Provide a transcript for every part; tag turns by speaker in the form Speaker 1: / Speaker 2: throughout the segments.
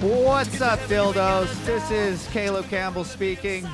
Speaker 1: What's up, dildos? This is Caleb Campbell speaking,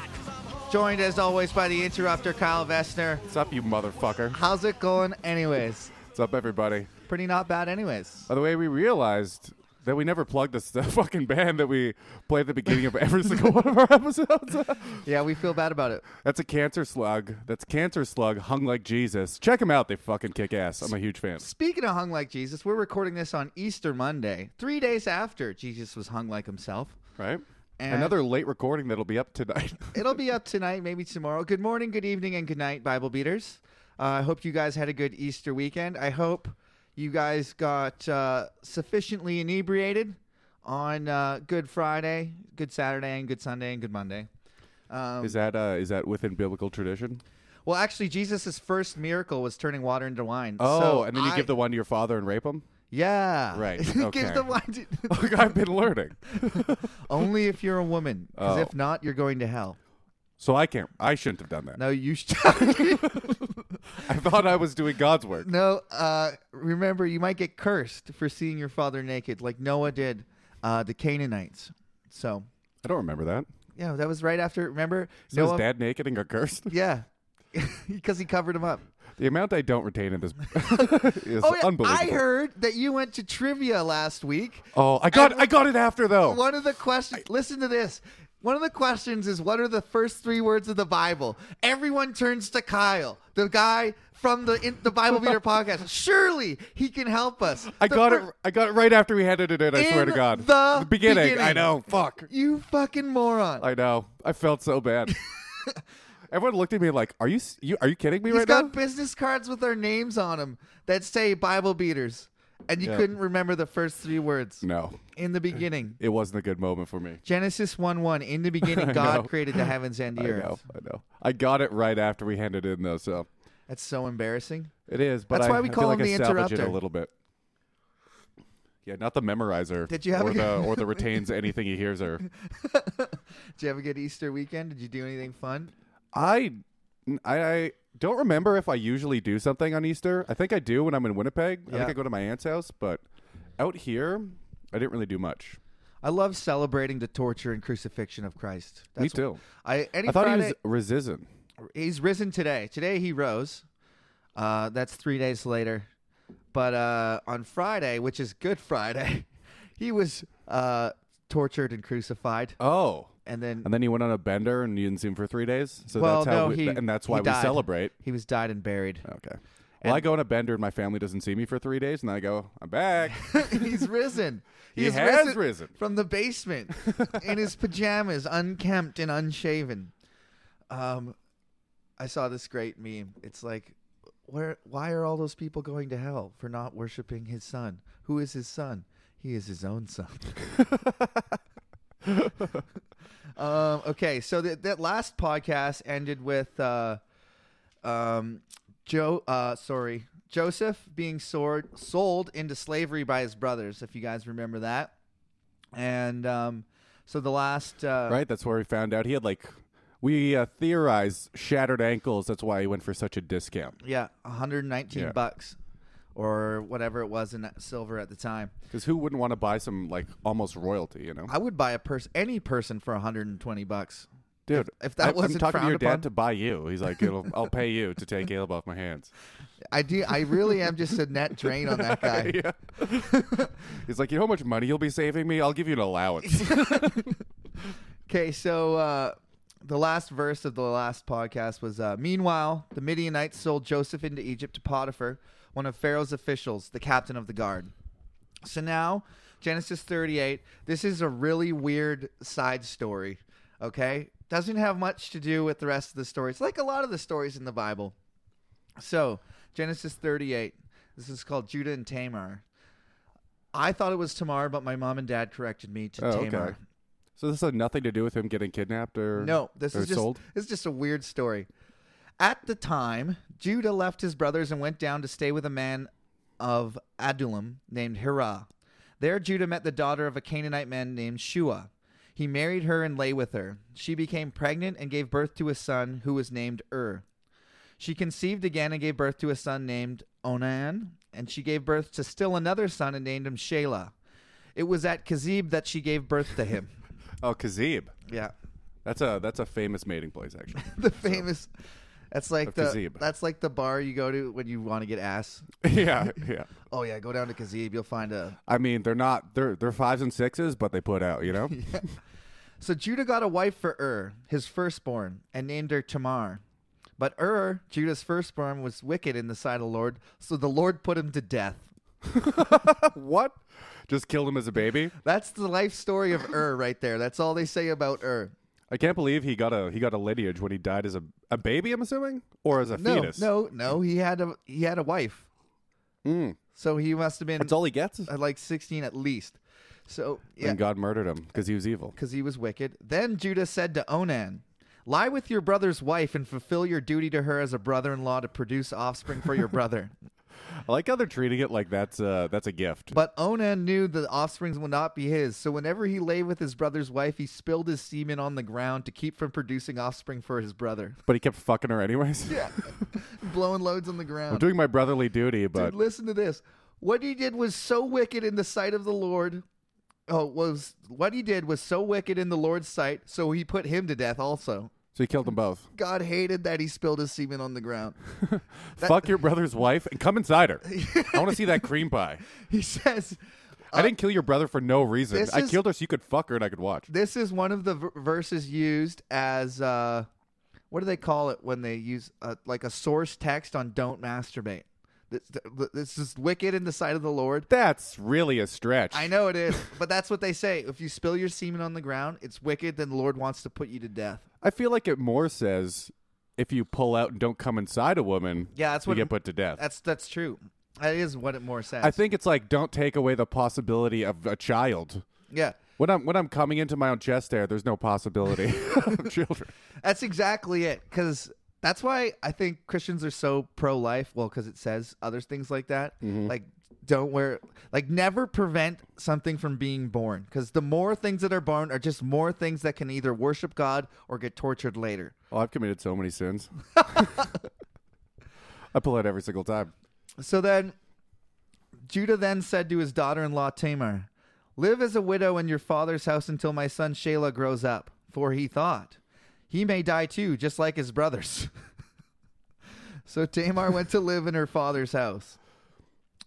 Speaker 1: joined as always by the interrupter Kyle Vestner.
Speaker 2: What's up, you motherfucker?
Speaker 1: How's it going, anyways?
Speaker 2: What's up, everybody?
Speaker 1: Pretty not bad, anyways.
Speaker 2: By the way, we realized that we never plugged this the fucking band that we play at the beginning of every single one of our episodes.
Speaker 1: Yeah, we feel bad about it.
Speaker 2: That's a cancer slug. That's cancer slug hung like Jesus. Check them out. They fucking kick ass. I'm a huge fan.
Speaker 1: Speaking of hung like Jesus, we're recording this on Easter Monday, three days after Jesus was hung like himself.
Speaker 2: Right?
Speaker 1: And-
Speaker 2: Another late recording that'll be up tonight.
Speaker 1: It'll be up tonight, maybe tomorrow. Good morning, good evening, and good night, Bible beaters. Uh, I hope you guys had a good Easter weekend. I hope you guys got uh, sufficiently inebriated on uh, Good Friday, Good Saturday, and Good Sunday, and Good Monday. Um,
Speaker 2: is that uh, is that within biblical tradition?
Speaker 1: well, actually, Jesus' first miracle was turning water into wine.
Speaker 2: Oh,
Speaker 1: So
Speaker 2: and then you
Speaker 1: I-
Speaker 2: give the one to your father and rape him?
Speaker 1: yeah,
Speaker 2: Right,
Speaker 1: give
Speaker 2: okay.
Speaker 1: the wine to-
Speaker 2: Look, I've been learning.
Speaker 1: only if you're a woman, because
Speaker 2: Oh.
Speaker 1: if not, you're going to hell.
Speaker 2: So I can't. I shouldn't have done that.
Speaker 1: No, you should.
Speaker 2: I thought I was doing God's work.
Speaker 1: No, uh, remember, you might get cursed for seeing your father naked, like Noah did uh, the Canaanites. So,
Speaker 2: I don't remember that.
Speaker 1: yeah, that was right after. Remember,
Speaker 2: So
Speaker 1: Noah?
Speaker 2: is dad naked and got cursed?
Speaker 1: Yeah, because he covered him up.
Speaker 2: The amount I don't retain in this is
Speaker 1: Oh yeah,
Speaker 2: unbelievable.
Speaker 1: I heard that you went to trivia last week.
Speaker 2: Oh, I got I got it after though.
Speaker 1: One of the questions. Listen to this. One of the questions is what are the first three words of the Bible? Everyone turns to Kyle, the guy from the in, the Bible Beater podcast. Surely he can help us.
Speaker 2: I
Speaker 1: The
Speaker 2: got
Speaker 1: fir-
Speaker 2: it. I got it right after we handed it in. I swear to
Speaker 1: In
Speaker 2: God.
Speaker 1: the
Speaker 2: beginning.
Speaker 1: beginning.
Speaker 2: I know. Fuck.
Speaker 1: You fucking moron.
Speaker 2: I know. I felt so bad. Everyone looked at me like, "Are you s- you are you kidding me
Speaker 1: He's
Speaker 2: right
Speaker 1: got
Speaker 2: now?"
Speaker 1: business cards with our names on them that say Bible beaters, and you
Speaker 2: Yeah.
Speaker 1: couldn't remember the first three words
Speaker 2: No,
Speaker 1: in the beginning.
Speaker 2: it wasn't a good moment for me.
Speaker 1: Genesis one one. In the beginning,
Speaker 2: I
Speaker 1: God
Speaker 2: know.
Speaker 1: created the heavens and the
Speaker 2: I know.
Speaker 1: earth.
Speaker 2: I know. I got it right after we handed in though, so
Speaker 1: That's so embarrassing.
Speaker 2: it is. But
Speaker 1: That's
Speaker 2: I,
Speaker 1: why we
Speaker 2: I
Speaker 1: call
Speaker 2: feel like
Speaker 1: him
Speaker 2: I
Speaker 1: the
Speaker 2: salvaged it
Speaker 1: interrupter.
Speaker 2: a little bit. Yeah, not the memorizer.
Speaker 1: Did you have
Speaker 2: or
Speaker 1: a-
Speaker 2: the or the retains anything he hears or
Speaker 1: Did you have a good Easter weekend? Did you do anything fun?
Speaker 2: I, I I don't remember if I usually do something on Easter. I think I do when I'm in Winnipeg. I
Speaker 1: Yeah.
Speaker 2: think I go to my aunt's house, but out here, I didn't really do much.
Speaker 1: I love celebrating the torture and crucifixion of Christ.
Speaker 2: Me
Speaker 1: That's
Speaker 2: too.
Speaker 1: I any
Speaker 2: I thought
Speaker 1: Friday,
Speaker 2: he was resistant.
Speaker 1: he's risen today. Today he rose. Uh, that's three days later. But uh, on Friday, which is Good Friday, he was uh, tortured and crucified,
Speaker 2: Oh,
Speaker 1: and then
Speaker 2: and then he went on a bender and you didn't see him for three days. So
Speaker 1: well,
Speaker 2: that's how
Speaker 1: no,
Speaker 2: we,
Speaker 1: he
Speaker 2: and that's
Speaker 1: he
Speaker 2: why we
Speaker 1: died.
Speaker 2: celebrate. Oh.
Speaker 1: He was died and buried.
Speaker 2: Okay. Well, I go on a bender and my family doesn't see me for three days, and I go, I'm back.
Speaker 1: he's risen.
Speaker 2: He
Speaker 1: He's
Speaker 2: has risen.
Speaker 1: from the basement in his pajamas, unkempt and unshaven. Um, I saw this great meme. It's like, where? Why are all those people going to hell for not worshiping his son? Who is his son? He is his own son. um, okay, so that that last podcast ended with uh, um, Joe. Uh, sorry, Joseph being sold sold into slavery by his brothers. If you guys remember that, and um, so the last uh,
Speaker 2: right? That's where we found out he had like. We uh, theorized shattered ankles. That's why he went for such a discount.
Speaker 1: Yeah, 119
Speaker 2: Yeah.
Speaker 1: bucks or whatever it was in that silver at the time.
Speaker 2: Because who wouldn't want to buy some like almost royalty, you know?
Speaker 1: I would buy a person any person for 120 bucks.
Speaker 2: Dude,
Speaker 1: if that
Speaker 2: I,
Speaker 1: wasn't
Speaker 2: I'm talking to your
Speaker 1: frowned upon-
Speaker 2: dad to buy you. He's like, It'll, I'll pay you to take Caleb off my hands.
Speaker 1: I do I really am just a net drain on that guy.
Speaker 2: yeah. He's like, you know how much money you'll be saving me? I'll give you an allowance.
Speaker 1: Okay, so uh, the last verse of the last podcast was uh, Meanwhile, the Midianites sold Joseph into Egypt to Potiphar, one of Pharaoh's officials, the captain of the guard. So now, Genesis 38, this is a really weird side story, okay? Doesn't have much to do with the rest of the stories, like a lot of the stories in the Bible. So, Genesis 38, this is called Judah and Tamar. I thought it was Tamar, but my mom and dad corrected me to
Speaker 2: Oh, okay.
Speaker 1: Tamar.
Speaker 2: so this had nothing to do with him getting kidnapped or
Speaker 1: No, this
Speaker 2: or
Speaker 1: is just
Speaker 2: sold.
Speaker 1: this is just a weird story. At the time, Judah left his brothers and went down to stay with a man of Adullam named Hirah. There Judah met the daughter of a Canaanite man named Shua. He married her and lay with her. She became pregnant and gave birth to a son who was named Ur. She conceived again and gave birth to a son named Onan, and she gave birth to still another son and named him Shelah. It was at Kazib that she gave birth to him.
Speaker 2: Oh, Kazib.
Speaker 1: yeah,
Speaker 2: That's a that's a famous mating place, actually.
Speaker 1: the famous. That's like
Speaker 2: The
Speaker 1: the
Speaker 2: Kazib.
Speaker 1: that's like the bar you go to when you want to get ass.
Speaker 2: yeah, yeah.
Speaker 1: Oh yeah, go down to Kazib, you'll find a.
Speaker 2: I mean, they're not they're they're fives and sixes, but they put out. You know,
Speaker 1: So Judah got a wife for Ur, his firstborn, and named her Tamar. But Ur, Judah's firstborn, was wicked in the sight of the Lord, so the Lord put him to death.
Speaker 2: what? Just killed him as a baby.
Speaker 1: That's the life story of Ur right there. That's all they say about Ur.
Speaker 2: I can't believe he got a he got a lineage when he died as a a baby. I'm assuming, or as a
Speaker 1: No,
Speaker 2: fetus.
Speaker 1: no, no. He had a he had a wife,
Speaker 2: Mm.
Speaker 1: so he must have been
Speaker 2: that's all he gets.
Speaker 1: at like sixteen at least. So yeah,
Speaker 2: And God murdered him because he was evil.
Speaker 1: because he was wicked. Then Judah said to Onan, "Lie with your brother's wife and fulfill your duty to her as a brother-in-law to produce offspring for your brother."
Speaker 2: I like how they're treating it like that's uh that's a gift.
Speaker 1: But Onan knew the offspring would not be his, so whenever he lay with his brother's wife, he spilled his semen on the ground to keep from producing offspring for his brother.
Speaker 2: But he kept fucking her anyways.
Speaker 1: Yeah, blowing loads on the
Speaker 2: I'm
Speaker 1: ground.
Speaker 2: doing my brotherly duty, but
Speaker 1: Dude, listen to this. What he did was so wicked in the sight of the Lord. Oh, was what he did was so wicked in the Lord's sight, so he put him to death also.
Speaker 2: so he killed them both.
Speaker 1: God hated that he spilled his semen on the ground.
Speaker 2: Fuck your brother's wife and come inside her. I want to see that cream pie.
Speaker 1: He says,
Speaker 2: I didn't kill your brother for no reason.
Speaker 1: Uh, this
Speaker 2: I
Speaker 1: is-
Speaker 2: killed her so you could fuck her and I could watch.
Speaker 1: This is one of the v- verses used as uh, what do they call it when they use uh, like a source text on don't masturbate. This, th- this is wicked in the sight of the Lord.
Speaker 2: That's really a stretch.
Speaker 1: I know it is, but that's what they say. If you spill your semen on the ground, it's wicked. Then the Lord wants to put you to death.
Speaker 2: I feel like it more says if you pull out and don't come inside a woman,
Speaker 1: Yeah, that's
Speaker 2: you
Speaker 1: what
Speaker 2: get put to death.
Speaker 1: That's that's true. That is what it more says.
Speaker 2: I think it's like don't take away the possibility of a child.
Speaker 1: yeah,
Speaker 2: When I'm when I'm coming into my own chest there, there's no possibility of children.
Speaker 1: that's exactly it. Because that's why I think Christians are so pro life. Well, because it says other things like that. Like don't wear, like never prevent something from being born. Because the more things that are born are just more things that can either worship God or get tortured later.
Speaker 2: Oh, I've committed so many sins. I pull out every single time.
Speaker 1: So then Judah then said to his daughter in law Tamar, Live as a widow in your father's house until my son Shelah grows up. For he thought, He may die too, just like his brothers. so Tamar went to live in her father's house.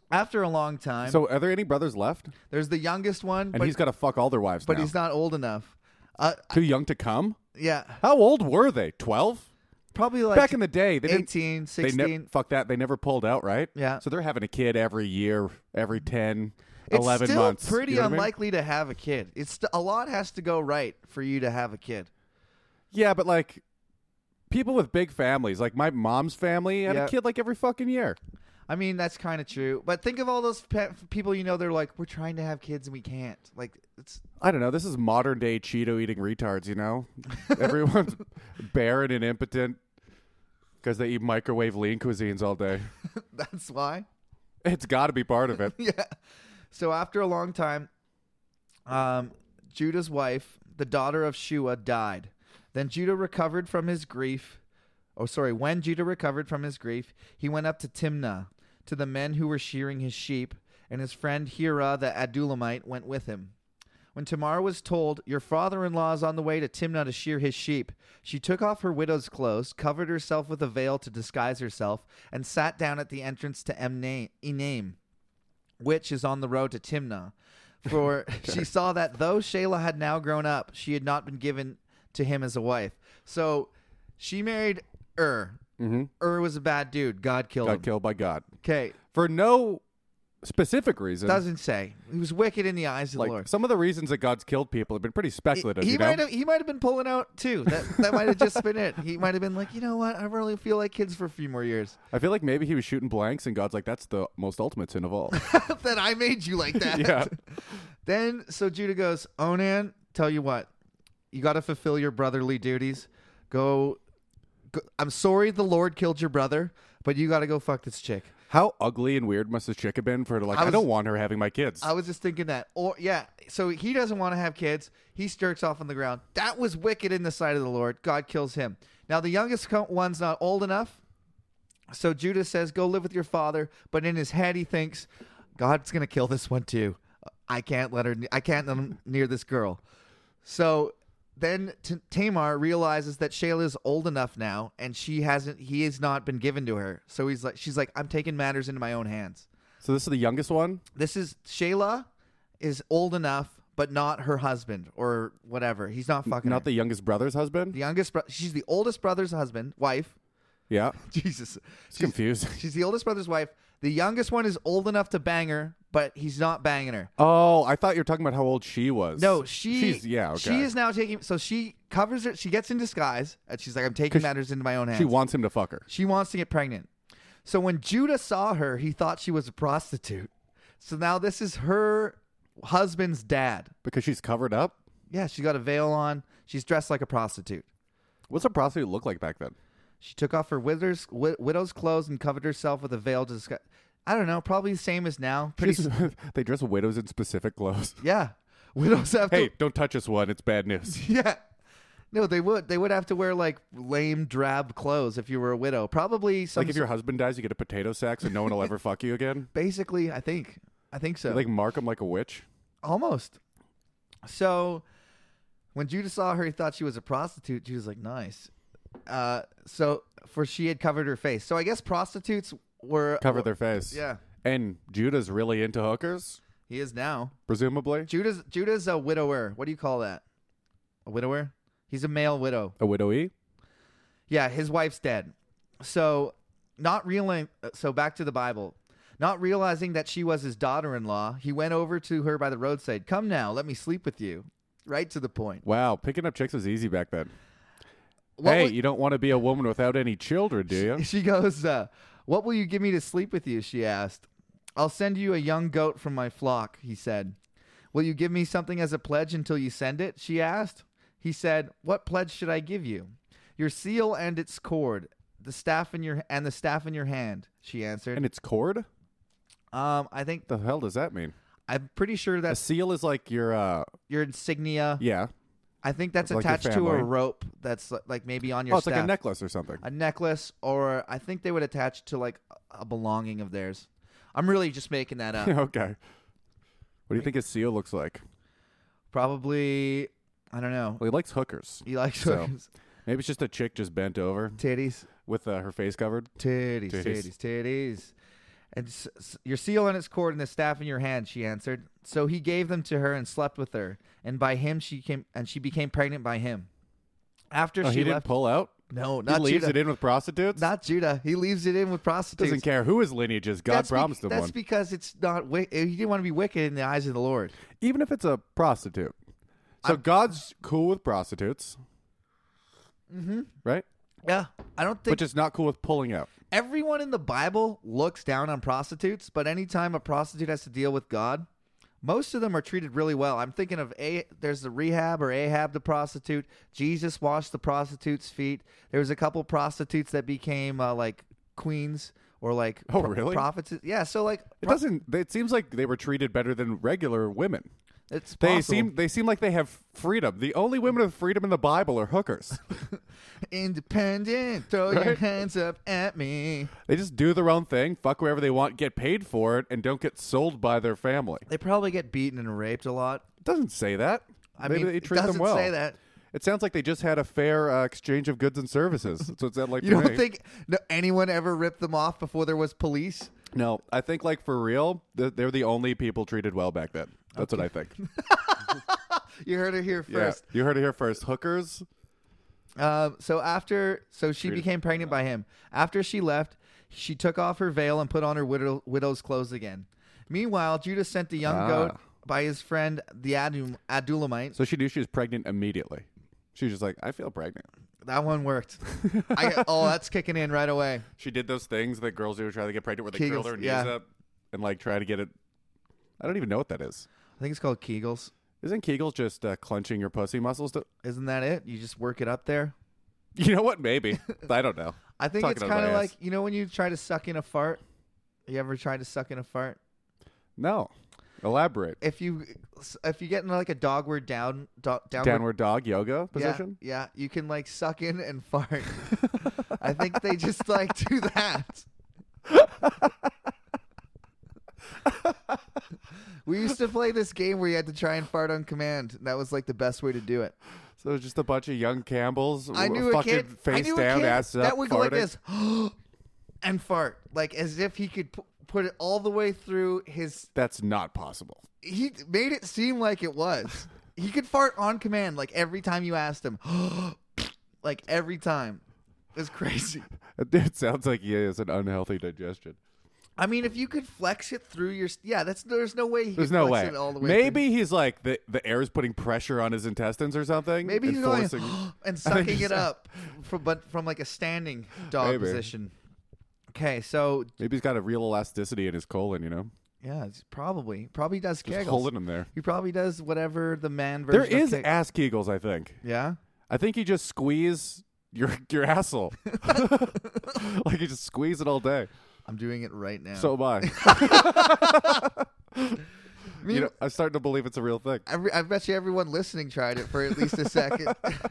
Speaker 1: After a long time,
Speaker 2: So, are there any brothers left?
Speaker 1: there's the youngest one,
Speaker 2: And
Speaker 1: but,
Speaker 2: he's got to fuck all their wives
Speaker 1: but
Speaker 2: now.
Speaker 1: he's not old enough. Uh,
Speaker 2: Too young to come.
Speaker 1: yeah,
Speaker 2: How old were they? Twelve.
Speaker 1: probably like
Speaker 2: Back in the day, they didn't.
Speaker 1: 18, 16.
Speaker 2: They ne- fuck that. They never pulled out, right?
Speaker 1: Yeah.
Speaker 2: So they're having a kid every year, every 10,
Speaker 1: it's
Speaker 2: 11
Speaker 1: still
Speaker 2: months.
Speaker 1: pretty
Speaker 2: You know what I mean?
Speaker 1: unlikely to have a kid. It's st- a lot has to go right for you to have a kid.
Speaker 2: Yeah, but like people with big families, like my mom's family, had
Speaker 1: Yeah.
Speaker 2: a kid like every fucking year.
Speaker 1: I mean, that's kind of true. But think of all those pe- people you know. They're like, we're trying to have kids and we can't. Like, it's
Speaker 2: I don't know. This is modern day Cheeto eating retards, you know? Everyone's barren and impotent because they eat microwave lean cuisines all day.
Speaker 1: that's why.
Speaker 2: It's got to be part of it.
Speaker 1: yeah. So after a long time, um, Judah's wife, the daughter of Shua, died. Then Judah recovered from his grief. Oh, sorry. When Judah recovered from his grief, he went up to Timnah to the men who were shearing his sheep, and his friend Hira the Adulamite went with him. When Tamar was told, Your father in law is on the way to Timnah to shear his sheep, she took off her widow's clothes, covered herself with a veil to disguise herself, and sat down at the entrance to Emna- Enaim which is on the road to Timnah. For she saw that though Shelah had now grown up, she had not been given to him as a wife. So she married Ur.
Speaker 2: Mm-hmm.
Speaker 1: Ur was a bad dude. God killed
Speaker 2: Got
Speaker 1: him.
Speaker 2: killed by God
Speaker 1: Okay,
Speaker 2: for no specific reason.
Speaker 1: doesn't say he was wicked in the eyes of
Speaker 2: like
Speaker 1: the Lord.
Speaker 2: some of the reasons that God's killed people have been pretty speculative.
Speaker 1: he
Speaker 2: you know?
Speaker 1: might have he might have been pulling out too. That that might have just been it. He might have been like, you know what? I really feel like kids for a few more years.
Speaker 2: I feel like maybe he was shooting blanks, and God's like, "That's the most ultimate sin of all."
Speaker 1: that I made you like that.
Speaker 2: Yeah.
Speaker 1: Then so Judah goes, Onan, tell you what, you got to fulfill your brotherly duties. Go, go. I'm sorry the Lord killed your brother, but you got to go fuck this chick.
Speaker 2: How ugly and weird must this chick have been for her to like?
Speaker 1: I
Speaker 2: I,
Speaker 1: was-
Speaker 2: don't want her having my kids.
Speaker 1: I was just thinking that. Or yeah, so he doesn't want to have kids. He jerks off on the ground. That was wicked in the sight of the Lord. God kills him. Now the youngest co- one's not old enough. So Judah says, "Go live with your father." But in his head, he thinks, "God's gonna kill this one too." I can't let her. I can't let him near this girl. So then T- Tamar realizes that Shayla's old enough now, and she hasn't. He has not been given to her. So he's like, she's like, I'm taking matters into my own hands.
Speaker 2: So this is the youngest one.
Speaker 1: This is Shayla is old enough, but not her husband or whatever. He's not fucking.
Speaker 2: Not
Speaker 1: her.
Speaker 2: the youngest brother's husband.
Speaker 1: the youngest. Bro- she's the oldest brother's husband, wife.
Speaker 2: Yeah,
Speaker 1: Jesus,
Speaker 2: it's confusing.
Speaker 1: she's the oldest brother's wife. The youngest one is old enough to bang her, but he's not banging her.
Speaker 2: Oh, I thought you were talking about how old she was.
Speaker 1: No, she.
Speaker 2: She's yeah. Okay.
Speaker 1: She is now taking. So she covers her. She gets in disguise, and she's like, "I'm taking
Speaker 2: 'Cause
Speaker 1: matters into my own hands."
Speaker 2: She wants him to fuck her.
Speaker 1: She wants to get pregnant. So when Judah saw her, he thought she was a prostitute. So now this is her husband's dad.
Speaker 2: Because she's covered up?
Speaker 1: Yeah, she got a veil on. She's dressed like a prostituute.
Speaker 2: What's a prostitute look like back then?
Speaker 1: She took off her widow's, wi- widow's clothes and covered herself with a veil to disguise. I don't know, probably the same as now. Pretty
Speaker 2: She's- they dress widows in specific clothes.
Speaker 1: Yeah. Widows have to
Speaker 2: Hey, don't touch this one. It's bad news.
Speaker 1: Yeah. No, they would. They would have to wear like lame drab clothes if you were a widow. Probably some
Speaker 2: Like if your husband dies, you get a potato sack, so no one will ever fuck you again.
Speaker 1: basically, I think. I think so.
Speaker 2: They, like mark him like a witch.
Speaker 1: Almost. So when Judah saw her, he thought she was a prostitute. She was like, nice. Uh, so for she had covered her face. So I guess prostitutes were
Speaker 2: Cover their face.
Speaker 1: Yeah,
Speaker 2: And Judah's really into hookers,
Speaker 1: he is now.
Speaker 2: presumably.
Speaker 1: Judah's Judah's a widower. What do you call that? A widower? He's a male widow.
Speaker 2: A widowy.
Speaker 1: Yeah, his wife's dead. So not realizing. So back to the Bible. Not realizing that she was his daughter-in-law, he went over to her by the roadside. Come now, let me sleep with you. Right to the point.
Speaker 2: Wow, picking up chicks was easy back then.
Speaker 1: What
Speaker 2: hey,
Speaker 1: was-
Speaker 2: you don't want to be a woman without any children, do you?
Speaker 1: She goes, uh, What will you give me to sleep with you? She asked. I'll send you a young goat from my flock, he said. Will you give me something as a pledge until you send it? She asked. He said, What pledge should I give you? Your seal and its cord, the staff in your and the staff in your hand, she answered.
Speaker 2: and it's cord?
Speaker 1: Um, I think
Speaker 2: The hell does that mean?
Speaker 1: I'm pretty sure
Speaker 2: A
Speaker 1: that's
Speaker 2: seal is like your uh
Speaker 1: your insignia.
Speaker 2: yeah.
Speaker 1: I think that's
Speaker 2: Like your
Speaker 1: attached to a
Speaker 2: family.
Speaker 1: rope that's li- like maybe on your
Speaker 2: Oh, it's like a
Speaker 1: staff.
Speaker 2: necklace or something.
Speaker 1: a necklace, or I think they would attach to like a belonging of theirs. I'm really just making that up.
Speaker 2: okay. What do you think his seal looks like?
Speaker 1: Probably, I don't know.
Speaker 2: Well, he likes hookers.
Speaker 1: He likes
Speaker 2: So-
Speaker 1: hookers.
Speaker 2: Maybe it's just a chick just bent over
Speaker 1: titties,
Speaker 2: with uh, her face covered.
Speaker 1: titties,
Speaker 2: Titties.
Speaker 1: titties, titties. And s- s- your seal on its cord and the staff in your hand, she answered. So he gave them to her and slept with her, and by him she came, and she became pregnant by him. After
Speaker 2: Oh,
Speaker 1: she
Speaker 2: he didn't
Speaker 1: left,
Speaker 2: pull out.
Speaker 1: no,
Speaker 2: He
Speaker 1: not
Speaker 2: leaves
Speaker 1: Judah,
Speaker 2: it in with prostitutes.
Speaker 1: not Judah. He leaves it in with prostitutes.
Speaker 2: Doesn't care who his lineage is. God
Speaker 1: That's be-
Speaker 2: promised him
Speaker 1: That's
Speaker 2: one.
Speaker 1: because it's not. Wi- he didn't want to be wicked in the eyes of the Lord.
Speaker 2: Even if it's a prostitute. So God's cool with prostitutes. Mm-hmm. Right?
Speaker 1: Yeah, I don't think
Speaker 2: But just not cool with pulling out.
Speaker 1: everyone in the Bible looks down on prostitutes, but anytime a prostitute has to deal with God, most of them are treated really well. I'm thinking of a there's the rehab or Ahab the prostitute. Jesus washed the prostitute's feet. There was a couple prostitutes that became uh, like queens or like
Speaker 2: Oh, really?
Speaker 1: prophets. Yeah, so like
Speaker 2: It doesn't it seems like they were treated better than regular women.
Speaker 1: it's
Speaker 2: They
Speaker 1: possible.
Speaker 2: seem they seem like they have freedom. The only women with freedom in the Bible are hookers.
Speaker 1: independent. Throw your
Speaker 2: Right?
Speaker 1: hands up at me.
Speaker 2: They just do their own thing, fuck wherever they want, get paid for it, and don't get sold by their family.
Speaker 1: They probably get beaten and raped a lot.
Speaker 2: It doesn't say that.
Speaker 1: I
Speaker 2: Maybe
Speaker 1: mean,
Speaker 2: they
Speaker 1: it
Speaker 2: treat them
Speaker 1: doesn't
Speaker 2: well.
Speaker 1: say that.
Speaker 2: It sounds like they just had a fair uh, exchange of goods and services. That's what it sounded like
Speaker 1: You
Speaker 2: to
Speaker 1: don't
Speaker 2: me.
Speaker 1: think no, anyone ever ripped them off before there was police?
Speaker 2: No, I think like for real, th- they're the only people treated well back then. That's what I think.
Speaker 1: You heard her here
Speaker 2: yeah,
Speaker 1: first.
Speaker 2: you heard it here first. Hookers.
Speaker 1: Um, so after, so she became pregnant by him. After she left, she took off her veil and put on her widow, widow's clothes again. Meanwhile, Judah sent the young
Speaker 2: Ah.
Speaker 1: goat by his friend the Adum, Adulamite.
Speaker 2: So she knew she was pregnant immediately. She was just like, I feel pregnant.
Speaker 1: That one worked. I, oh, that's kicking in right away.
Speaker 2: She did those things that girls do to try to get pregnant, where they
Speaker 1: Kegels,
Speaker 2: curl their knees
Speaker 1: yeah.
Speaker 2: up and like try to get it. I don't even know what that is.
Speaker 1: I think it's called Kegels.
Speaker 2: Isn't Kegels just uh, clenching your pussy muscles? To-
Speaker 1: Isn't that it? You just work it up there.
Speaker 2: you know what? Maybe I don't know.
Speaker 1: I think it's
Speaker 2: Talking out of my
Speaker 1: kind of
Speaker 2: ass.
Speaker 1: like you know when you try to suck in a fart. You ever tried to suck in a fart?
Speaker 2: No, elaborate.
Speaker 1: If you if you get in like a dogward down do, downward
Speaker 2: Downward dog yoga position.
Speaker 1: Yeah, yeah, you can like suck in and fart. I think they just like do that. we used to play this game where you had to try and fart on command. and that was like the best way to do it.
Speaker 2: So it's just a bunch of young Campbells.
Speaker 1: I
Speaker 2: w-
Speaker 1: knew a
Speaker 2: fucking
Speaker 1: kid.
Speaker 2: face
Speaker 1: I knew
Speaker 2: down,
Speaker 1: a kid
Speaker 2: ass up,
Speaker 1: that would go like
Speaker 2: farting.
Speaker 1: this, and fart like as if he could p- put it all the way through his.
Speaker 2: That's not possible.
Speaker 1: He made it seem like it was. He could fart on command, like every time you asked him, like every time. It's crazy.
Speaker 2: It sounds like he has an unhealthy digestion.
Speaker 1: I mean, if you could flex it through your, yeah, that's there's no way he
Speaker 2: There's
Speaker 1: could
Speaker 2: no
Speaker 1: flex
Speaker 2: way.
Speaker 1: it all the way. through.
Speaker 2: Maybe he's like the the air is putting pressure on his intestines or something.
Speaker 1: Maybe
Speaker 2: and
Speaker 1: he's going
Speaker 2: forcing-
Speaker 1: and sucking it
Speaker 2: so.
Speaker 1: up, from, but from like a standing dog
Speaker 2: Maybe.
Speaker 1: position. Okay, so
Speaker 2: Maybe he's got a real elasticity in his colon. You know,
Speaker 1: yeah, it's probably probably does
Speaker 2: just
Speaker 1: kegels.
Speaker 2: holding him there.
Speaker 1: he probably does whatever the man version.
Speaker 2: There
Speaker 1: of
Speaker 2: is
Speaker 1: keg-
Speaker 2: ass kegels. I think.
Speaker 1: yeah.
Speaker 2: I think you just squeeze your your asshole. like you just squeeze it all day.
Speaker 1: I'm doing it right now.
Speaker 2: So am I.
Speaker 1: I,
Speaker 2: you
Speaker 1: mean,
Speaker 2: know, I'm starting to believe it's a real thing.
Speaker 1: every- I bet you everyone listening tried it for at least a second.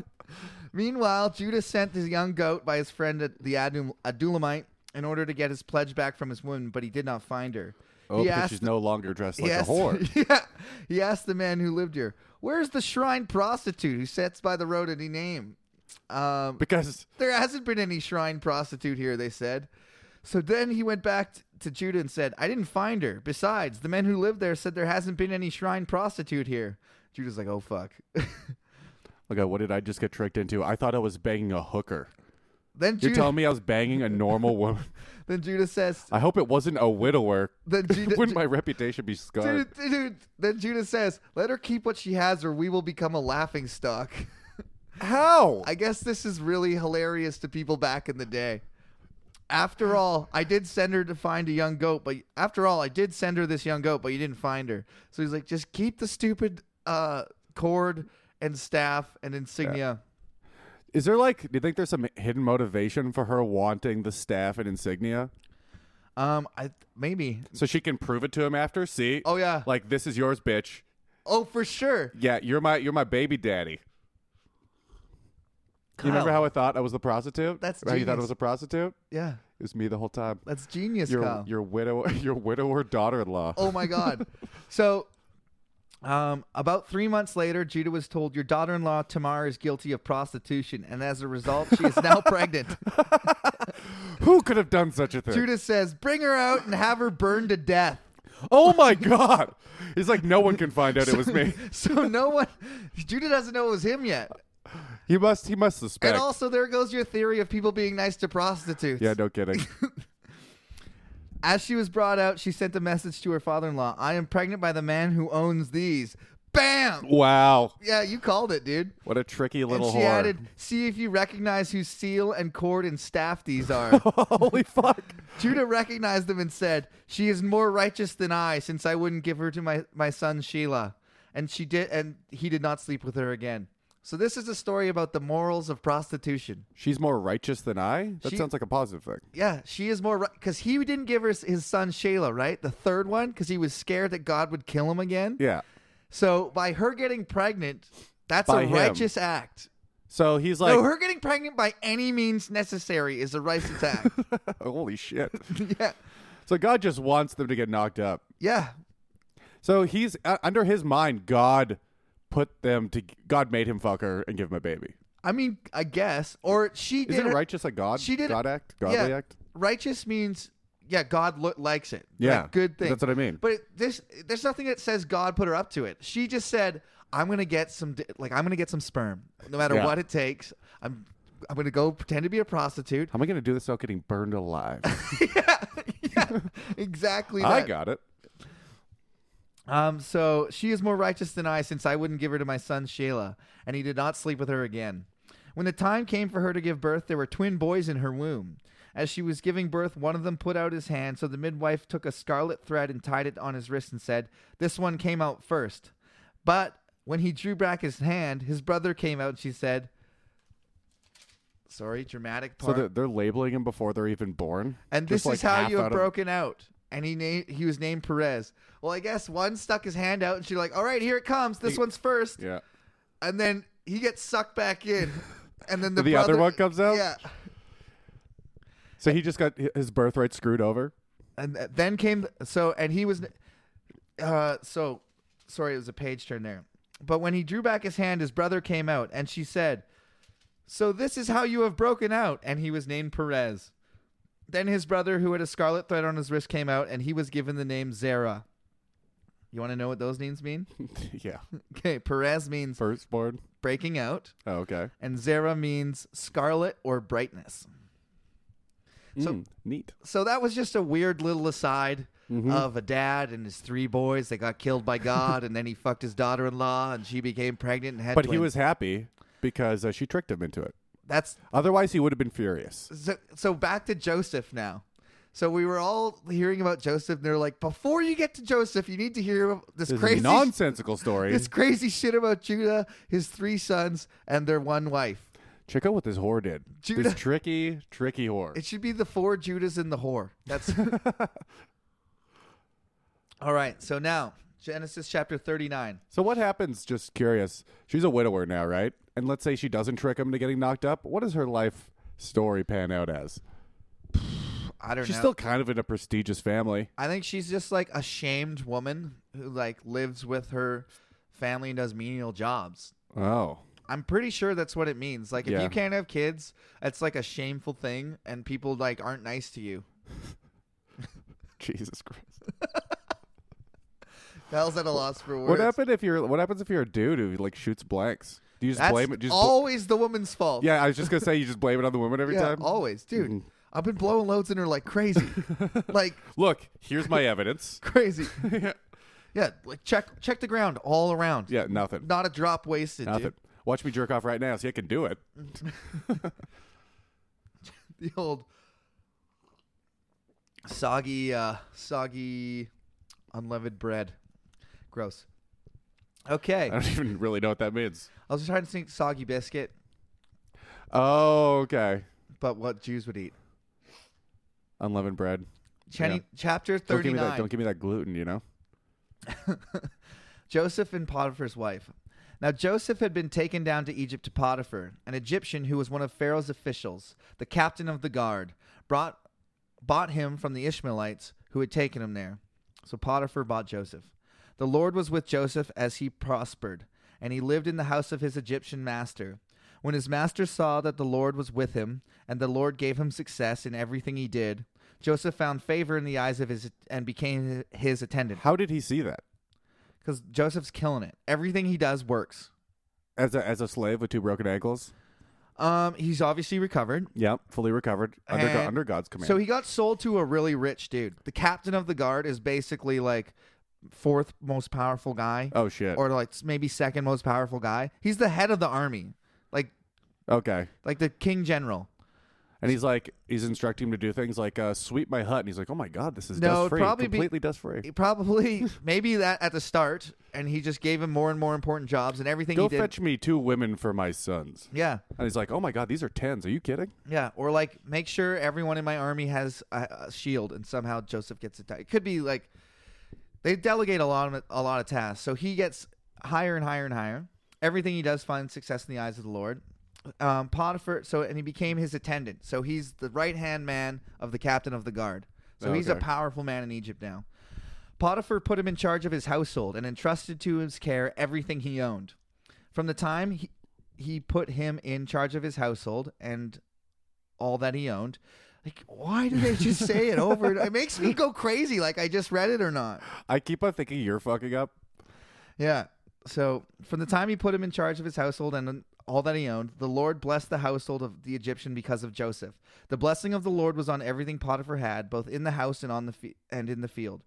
Speaker 1: Meanwhile, Judah sent his young goat by his friend at the Adul- Adulamite in order to get his pledge back from his woman, but he did not find her.
Speaker 2: Oh,
Speaker 1: He
Speaker 2: because
Speaker 1: asked
Speaker 2: she's no longer dressed like
Speaker 1: asked-
Speaker 2: a whore.
Speaker 1: yeah. He asked the man who lived here, Where's the shrine prostitute who sits by the road any name? Um,
Speaker 2: Because
Speaker 1: there hasn't been any shrine prostitute here, they said. So then he went back t- to Judah and said, I didn't find her. Besides, the men who live there said there hasn't been any shrine prostitute here. Judah's like, Oh, fuck.
Speaker 2: okay, what did I just get tricked into? I thought I was banging a hooker.
Speaker 1: then,
Speaker 2: You're
Speaker 1: Judah,
Speaker 2: telling me I was banging a normal woman?
Speaker 1: then Judah says,
Speaker 2: I hope it wasn't a widower.
Speaker 1: Then Judah.
Speaker 2: Wouldn't my reputation be scarred?
Speaker 1: Dude, dude, then Judah says, "Let her keep what she has, or we will become a laughing stock."
Speaker 2: How?
Speaker 1: I guess this is really hilarious to people back in the day. After all, I did send her to find a young goat, but after all, I did send her this young goat, but you didn't find her. So he's like, just keep the stupid uh, cord and staff and insignia.
Speaker 2: Is there like, do you think there's some hidden motivation for her wanting the staff and insignia?
Speaker 1: Um, I maybe.
Speaker 2: So she can prove it to him after? See?
Speaker 1: Oh yeah.
Speaker 2: Like, this is yours, bitch.
Speaker 1: oh for sure.
Speaker 2: Yeah, you're my you're my baby daddy. You remember
Speaker 1: Kyle.
Speaker 2: how I thought I was the prostitute?
Speaker 1: That's
Speaker 2: how you thought
Speaker 1: genius.
Speaker 2: I was a prostitute?
Speaker 1: Yeah,
Speaker 2: It was me the whole time.
Speaker 1: that's genius,
Speaker 2: your
Speaker 1: Kyle.
Speaker 2: your widow your widower daughter in law.
Speaker 1: Oh my god. so um, about three months later, Judah was told your daughter-in-law Tamar is guilty of prostitution, and as a result, she is now pregnant.
Speaker 2: Who could have done such a thing?
Speaker 1: Judas says, "Bring her out and have her burned to death."
Speaker 2: Oh my god! He's like, no one can find out it was me.
Speaker 1: So no one, Judah doesn't know it was him yet.
Speaker 2: He must he must suspect.
Speaker 1: And also, there goes your theory of people being nice to prostitutes.
Speaker 2: yeah, no kidding.
Speaker 1: As she was brought out, she sent a message to her father-in-law: "I am pregnant by the man who owns these." Bam!
Speaker 2: wow,
Speaker 1: Yeah, you called it, dude.
Speaker 2: what a tricky little
Speaker 1: and she
Speaker 2: whore.
Speaker 1: added, "See if you recognize whose seal and cord and staff these are."
Speaker 2: Holy fuck!
Speaker 1: Judah recognized them and said, "She is more righteous than I, since I wouldn't give her to my my son Sheila." And she did, and he did not sleep with her again. So this is a story about the morals of prostitution.
Speaker 2: She's more righteous than I. That
Speaker 1: She-
Speaker 2: sounds like a positive thing.
Speaker 1: Yeah, she is more because he didn't give her s- his son Sheila, right? The third one, because he was scared that God would kill him again.
Speaker 2: Yeah.
Speaker 1: So by her getting pregnant, that's
Speaker 2: By
Speaker 1: a
Speaker 2: him.
Speaker 1: righteous act.
Speaker 2: So he's like,
Speaker 1: no, her getting pregnant by any means necessary is a righteous act.
Speaker 2: holy shit.
Speaker 1: yeah,
Speaker 2: so God just wants them to get knocked up.
Speaker 1: yeah,
Speaker 2: So he's uh, under his mind. God put them to. God made him fuck her and give him a baby.
Speaker 1: I mean, I guess, or she
Speaker 2: Is
Speaker 1: did.
Speaker 2: it
Speaker 1: her-
Speaker 2: righteous? A God?
Speaker 1: she did-
Speaker 2: God act. Godly
Speaker 1: yeah,
Speaker 2: act.
Speaker 1: Righteous means yeah, God lo- likes it.
Speaker 2: Yeah,
Speaker 1: Like, good thing.
Speaker 2: that's what I mean.
Speaker 1: But it- this, there's nothing that says God put her up to it. She just said, "I'm gonna get some, di- like I'm gonna get some sperm, no matter
Speaker 2: Yeah.
Speaker 1: what it takes. I'm, I'm gonna go pretend to be a prostitute."
Speaker 2: How am I going to do this without getting burned alive?
Speaker 1: yeah, yeah, exactly.
Speaker 2: I
Speaker 1: that.
Speaker 2: got it.
Speaker 1: Um, so she is more righteous than I, since I wouldn't give her to my son Sheila, and he did not sleep with her again. When the time came for her to give birth, there were twin boys in her womb. As she was giving birth, one of them put out his hand, so the midwife took a scarlet thread and tied it on his wrist and said, This one came out first. But when he drew back his hand, his brother came out and she said, Sorry, dramatic
Speaker 2: So
Speaker 1: part.
Speaker 2: they're, they're labeling him before they're even born.
Speaker 1: And
Speaker 2: Just
Speaker 1: this
Speaker 2: like
Speaker 1: is how
Speaker 2: half
Speaker 1: you
Speaker 2: out
Speaker 1: have
Speaker 2: of-
Speaker 1: broken out. And he named he was named Perez. Well, I guess one stuck his hand out, and she's like, "All right, here it comes. This one's first.
Speaker 2: Yeah.
Speaker 1: And then he gets sucked back in, and then the,
Speaker 2: The other
Speaker 1: brother-
Speaker 2: one comes out?
Speaker 1: Yeah.
Speaker 2: So he just got hi- his birthright screwed over.
Speaker 1: And th- then came so, and he was uh, so sorry, it was a page turn there. But when he drew back his hand, his brother came out, and she said, "So this is how you have broken out." And he was named Perez. Then his brother, who had a scarlet thread on his wrist, came out, and he was given the name Zara. You want to know what those names mean?
Speaker 2: yeah.
Speaker 1: Okay, Perez means
Speaker 2: Firstborn.
Speaker 1: breaking out,
Speaker 2: Oh, okay.
Speaker 1: and Zara means scarlet or brightness. So-
Speaker 2: Mm, neat.
Speaker 1: So that was just a weird little aside
Speaker 2: Mm-hmm.
Speaker 1: of a dad and his three boys. They got killed by God, and then he fucked his daughter-in-law, and she became pregnant and had.
Speaker 2: But he
Speaker 1: twins.
Speaker 2: was happy because uh, she tricked him into it.
Speaker 1: that's
Speaker 2: Otherwise, he would have been furious.
Speaker 1: so, so back to Joseph now. So we were all hearing about Joseph, and they're like, before you get to Joseph, you need to hear this,
Speaker 2: This
Speaker 1: crazy
Speaker 2: is a nonsensical story.
Speaker 1: this crazy shit about Judah, his three sons, and their one wife.
Speaker 2: Check out what this whore did.
Speaker 1: Judah-
Speaker 2: This tricky, tricky whore.
Speaker 1: It should be the four Judas and the whore. That's all right. So now Genesis chapter thirty-nine.
Speaker 2: So what happens? Just curious. She's a widower now, right? And let's say she doesn't trick him to getting knocked up. What does her life story pan out as?
Speaker 1: I don't
Speaker 2: She's
Speaker 1: know.
Speaker 2: still kind of in a prestigious family.
Speaker 1: I think she's just like a shamed woman who like lives with her family and does menial jobs.
Speaker 2: Oh,
Speaker 1: I'm pretty sure that's what it means. Like if
Speaker 2: Yeah.
Speaker 1: you can't have kids, that's like a shameful thing and people like aren't nice to you.
Speaker 2: Jesus Christ!
Speaker 1: Hell's at a loss for words.
Speaker 2: What happened if you're? What happens if you're a dude who like shoots blanks? Do you just
Speaker 1: That's
Speaker 2: blame it? Just bl-
Speaker 1: always the woman's fault.
Speaker 2: yeah, I was just gonna say you just blame it on the woman every
Speaker 1: Yeah,
Speaker 2: time. Mm-hmm.
Speaker 1: always. Dude, I've been blowing loads in her like crazy. like
Speaker 2: Look, here's my evidence.
Speaker 1: crazy.
Speaker 2: yeah,
Speaker 1: Yeah, like check check the ground all around.
Speaker 2: nothing,
Speaker 1: Not a drop wasted.
Speaker 2: nothing.
Speaker 1: Dude.
Speaker 2: Watch me jerk off right now. See, I can do it.
Speaker 1: the old soggy uh soggy unleavened bread gross okay
Speaker 2: I don't even really know what that means.
Speaker 1: i was trying to think soggy biscuit
Speaker 2: Oh, okay.
Speaker 1: but what jews would eat
Speaker 2: Unleavened bread.
Speaker 1: Chan-
Speaker 2: Yeah.
Speaker 1: chapter
Speaker 2: Don't give me that.
Speaker 1: 39
Speaker 2: Don't give me that gluten. You know.
Speaker 1: joseph and potiphar's wife now joseph had been taken down to egypt to potiphar an egyptian who was one of pharaoh's officials the captain of the guard brought bought him from the Ishmaelites who had taken him there. So Potiphar bought Joseph. The Lord was with Joseph as he prospered, and he lived in the house of his Egyptian master. When his master saw that the Lord was with him, and the Lord gave him success in everything he did, Joseph found favor in the eyes of his and became his attendant.
Speaker 2: How did he see that?
Speaker 1: Because Joseph's killing it. Everything he does works.
Speaker 2: As a as a slave with two broken ankles.
Speaker 1: Um, he's obviously recovered.
Speaker 2: Yeah, fully recovered under
Speaker 1: And-
Speaker 2: under God's command.
Speaker 1: So he got sold to a really rich dude. The captain of the guard is basically like fourth most powerful guy.
Speaker 2: oh shit.
Speaker 1: or like s- maybe second most powerful guy. He's the head of the army, like
Speaker 2: okay.
Speaker 1: like the king general.
Speaker 2: And he's like, he's instructing him to do things like uh, sweep my hut, and he's like, oh my god, this is
Speaker 1: No, it'd
Speaker 2: dust free,
Speaker 1: probably be-
Speaker 2: completely dust free.
Speaker 1: He probably maybe that at the start, and he just gave him more and more important jobs and everything
Speaker 2: Go
Speaker 1: he did.
Speaker 2: fetch me two women for my sons.
Speaker 1: yeah,
Speaker 2: And he's like, oh my god, these are tens. Are you kidding?
Speaker 1: yeah, or like make sure everyone in my army has a, a shield, and somehow Joseph gets it. It could be like they delegate a lot of a lot of tasks, so he gets higher and higher and higher. Everything he does finds success in the eyes of the Lord. Um, Potiphar, so and he became his attendant. So he's the right hand man of the captain of the guard. So he's a
Speaker 2: Okay.
Speaker 1: powerful man in Egypt now. Potiphar put him in charge of his household and entrusted to his care everything he owned. From the time he, he put him in charge of his household and all that he owned, like why do they just say it over? and- It makes me go crazy. Like I just read it or not?
Speaker 2: I keep on thinking you're fucking up.
Speaker 1: Yeah. So from the time he put him in charge of his household and all that he owned, the Lord blessed the household of the Egyptian because of Joseph. The blessing of the Lord was on everything Potiphar had, both in the house and on the fe- and in the field.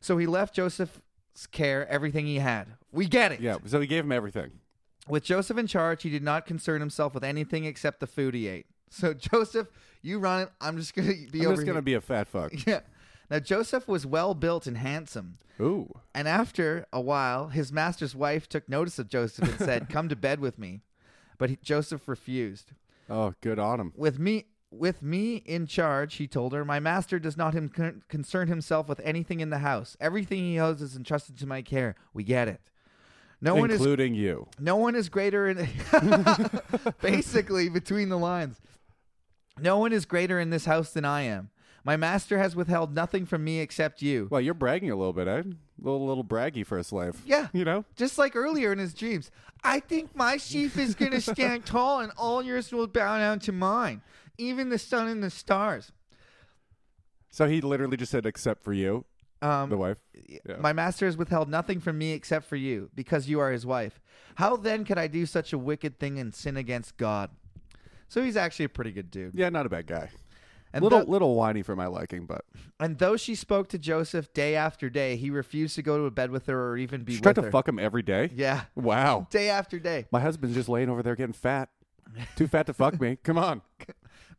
Speaker 1: So he left Joseph's care everything he had. We get it.
Speaker 2: Yeah. So he gave him everything.
Speaker 1: With Joseph in charge, he did not concern himself with anything except the food he ate. So Joseph, you run it. I'm just gonna be
Speaker 2: I'm
Speaker 1: over
Speaker 2: just gonna be a fat fuck.
Speaker 1: here. yeah. Now Joseph was well built and handsome.
Speaker 2: Ooh.
Speaker 1: And after a while, his master's wife took notice of Joseph and said, "Come to bed with me." But he, Joseph refused.
Speaker 2: Oh, good on him.
Speaker 1: With me with me in charge, he told her, "My master does not him con- concern himself with anything in the house. Everything he owns is entrusted to my care. We get it." No one is
Speaker 2: Including you.
Speaker 1: no one is greater in basically between the lines. No one is greater in this house than I am. My master has withheld nothing from me except you.
Speaker 2: Well, you're bragging a little bit, eh? A little, little braggy for his life.
Speaker 1: Yeah.
Speaker 2: You know?
Speaker 1: Just like earlier in his dreams, I think my sheaf is going to stand tall and all yours will bow down to mine, even the sun and the stars.
Speaker 2: So he literally just said, except for you,
Speaker 1: Um,
Speaker 2: the wife.
Speaker 1: My master has withheld nothing from me except for you, because you are his wife. How then could I do such a wicked thing and sin against God? So he's actually a pretty good dude.
Speaker 2: Yeah, not a bad guy.
Speaker 1: And
Speaker 2: little
Speaker 1: tho-
Speaker 2: little whiny for my liking, but
Speaker 1: and though she spoke to Joseph day after day, he refused to go to bed with her or even be
Speaker 2: she
Speaker 1: with
Speaker 2: tried to
Speaker 1: her.
Speaker 2: fuck him every day.
Speaker 1: Yeah,
Speaker 2: Wow.
Speaker 1: day after day.
Speaker 2: My husband's just laying over there getting fat. Too fat to fuck me. Come on.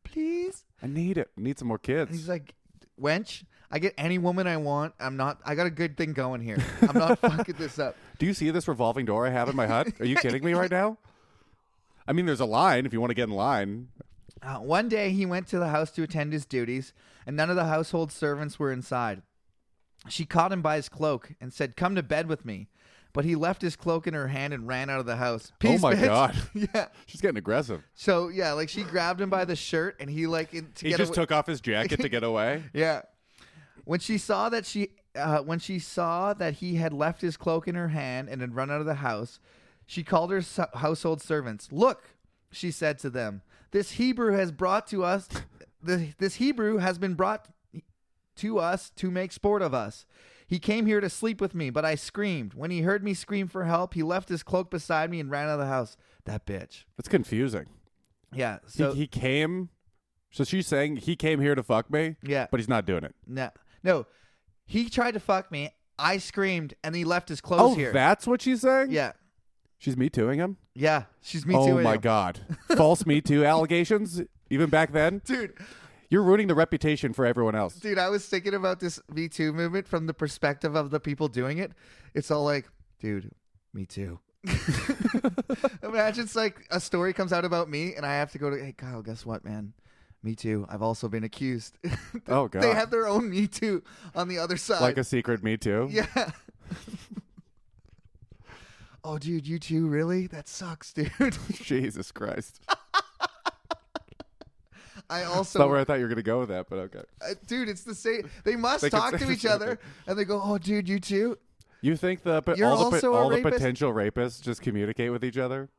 Speaker 1: Please.
Speaker 2: I need it. I need some more
Speaker 1: And he's
Speaker 2: kids.
Speaker 1: like, "Wench, I get any woman I want. I'm not. I got a good thing going here. I'm not fucking this up."
Speaker 2: Do you see this revolving door I have in my hut? Are you kidding me right now? I mean, there's a line if you want to get in line.
Speaker 1: Uh, one day he went to the house to attend his duties, and none of the household servants were inside. She caught him by his cloak and said, "Come to bed with me." But he left his cloak in her hand and ran out of the house. Peace,
Speaker 2: Oh my
Speaker 1: bitch.
Speaker 2: God.
Speaker 1: yeah.
Speaker 2: She's getting aggressive.
Speaker 1: So yeah, like she grabbed him by the shirt, and he like in, to
Speaker 2: He
Speaker 1: get
Speaker 2: just
Speaker 1: away-
Speaker 2: took off his jacket to get away.
Speaker 1: Yeah. When she saw that she uh, when she saw that he had left his cloak in her hand and had run out of the house, she called her so- household servants. "Look," she said to them. "This Hebrew has brought to us this, this Hebrew has been brought to us to make sport of us. He came here to sleep with me, but I screamed. When he heard me scream for help, he left his cloak beside me and ran out of the house. That bitch.
Speaker 2: That's confusing.
Speaker 1: Yeah.
Speaker 2: He,
Speaker 1: So
Speaker 2: he came. So she's saying he came here to fuck me,
Speaker 1: yeah.
Speaker 2: but he's not doing it.
Speaker 1: No, no. He tried to fuck me. I screamed, and he left his clothes
Speaker 2: Oh,
Speaker 1: here.
Speaker 2: that's what she's saying?
Speaker 1: yeah,
Speaker 2: She's me tooing him?
Speaker 1: yeah. She's me too.
Speaker 2: oh my god. False me too allegations even back then?
Speaker 1: dude,
Speaker 2: You're ruining the reputation for everyone else.
Speaker 1: dude. I was thinking about this Me Too movement from the perspective of the people doing it. It's all like, dude, me too. Imagine it's like a story comes out about me, and I have to go to, hey Kyle, guess what, man? Me too. I've also been accused.
Speaker 2: Oh god.
Speaker 1: they have their own Me Too on the other side.
Speaker 2: like a secret me too.
Speaker 1: Yeah. oh, dude, you too? Really? That sucks, dude.
Speaker 2: Jesus Christ.
Speaker 1: I
Speaker 2: That's not
Speaker 1: also,
Speaker 2: where I thought you were gonna go with that, but okay.
Speaker 1: uh, dude, it's the same. They must
Speaker 2: They could
Speaker 1: talk
Speaker 2: say
Speaker 1: to
Speaker 2: the
Speaker 1: each
Speaker 2: same
Speaker 1: other, and they go, "Oh, dude, you too."
Speaker 2: You think the but
Speaker 1: You're
Speaker 2: all, the,
Speaker 1: also
Speaker 2: po-
Speaker 1: a
Speaker 2: all the
Speaker 1: rapist?
Speaker 2: potential rapists just communicate with each other?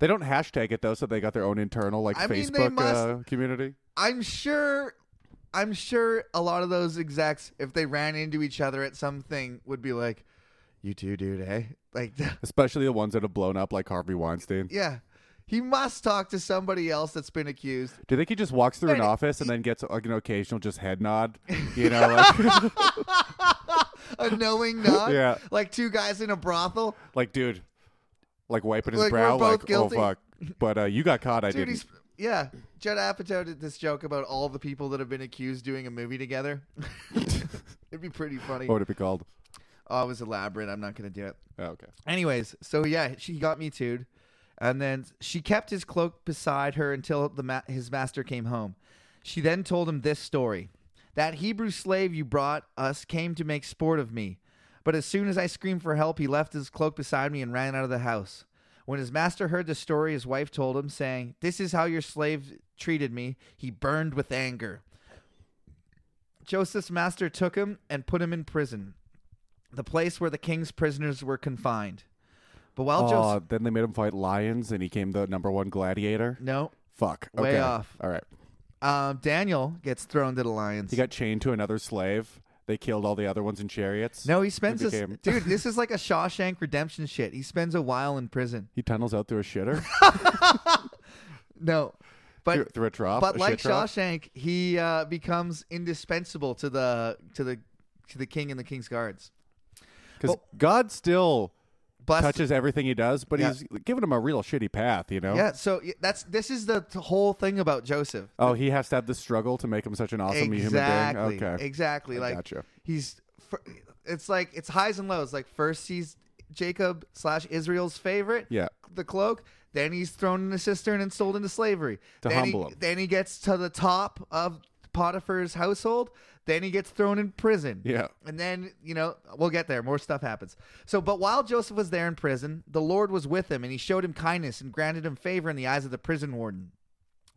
Speaker 2: They don't hashtag it though, so they got their own internal like
Speaker 1: I mean, they
Speaker 2: Facebook
Speaker 1: must-
Speaker 2: uh, community.
Speaker 1: I'm sure. I'm sure a lot of those execs, if they ran into each other at something, would be like, "You too, dude, eh?" Like,
Speaker 2: Especially the ones that have blown up like Harvey Weinstein.
Speaker 1: yeah. He must talk to somebody else that's been accused.
Speaker 2: Do you think he just walks through an
Speaker 1: Right.
Speaker 2: office and then gets like an occasional just head nod? You know, like,
Speaker 1: A knowing nod.
Speaker 2: Yeah.
Speaker 1: Like two guys in a brothel.
Speaker 2: like dude, like wiping his
Speaker 1: Like, we're
Speaker 2: brow,
Speaker 1: both
Speaker 2: like
Speaker 1: guilty.
Speaker 2: oh fuck. But uh, you got caught. I
Speaker 1: Dude,
Speaker 2: didn't.
Speaker 1: he's yeah. Judd Apatow did this joke about all the people that have been accused doing a movie together. It'd be pretty funny.
Speaker 2: What
Speaker 1: Oh,
Speaker 2: would it be called?
Speaker 1: it was elaborate. I'm not gonna do it.
Speaker 2: Oh, okay.
Speaker 1: Anyways, so yeah, she got me tooed, and then she kept his cloak beside her until the ma- his master came home. She then told him this story: that Hebrew slave you brought us came to make sport of me, but as soon as I screamed for help, he left his cloak beside me and ran out of the house. When his master heard the story, his wife told him, saying, "This is how your slave treated me." He burned with anger. Joseph's master took him and put him in prison, the place where the king's prisoners were confined. But while
Speaker 2: Oh,
Speaker 1: Joseph,
Speaker 2: then they made him fight lions, and he came the number one gladiator.
Speaker 1: no,
Speaker 2: Fuck.
Speaker 1: Way
Speaker 2: okay.
Speaker 1: off.
Speaker 2: All right.
Speaker 1: um, Daniel gets thrown to the lions.
Speaker 2: He got chained to another slave. They killed all the other ones in chariots.
Speaker 1: no, he spends
Speaker 2: He
Speaker 1: this
Speaker 2: became-
Speaker 1: dude. This is like a Shawshank Redemption shit. He spends a while in prison.
Speaker 2: He tunnels out through a shitter,
Speaker 1: No,
Speaker 2: through,
Speaker 1: but
Speaker 2: through a trough.
Speaker 1: but
Speaker 2: a
Speaker 1: like
Speaker 2: shit trough.
Speaker 1: Shawshank, he uh, becomes indispensable to the to the to the king and the king's guards.
Speaker 2: because God still
Speaker 1: Blessed
Speaker 2: touches everything he does, but
Speaker 1: Yeah.
Speaker 2: he's giving him a real shitty path. You know.
Speaker 1: Yeah, so y- that's this is the t- whole thing about Joseph.
Speaker 2: Oh, he has to have the struggle to make him such an awesome human
Speaker 1: exactly,
Speaker 2: being. Okay.
Speaker 1: exactly.
Speaker 2: I
Speaker 1: like
Speaker 2: gotcha.
Speaker 1: he's, fir- it's like it's highs and lows. Like first he's Jacob slash Israel's favorite,
Speaker 2: Yeah.
Speaker 1: the cloak. Then he's thrown in a cistern and sold into slavery.
Speaker 2: To
Speaker 1: then
Speaker 2: humble
Speaker 1: he,
Speaker 2: him.
Speaker 1: Then he gets to the top of Potiphar's household. Then he gets thrown in prison.
Speaker 2: Yeah.
Speaker 1: And then, you know, we'll get there. More stuff happens. So, but while Joseph was there in prison, the Lord was with him, and he showed him kindness and granted him favor in the eyes of the prison warden.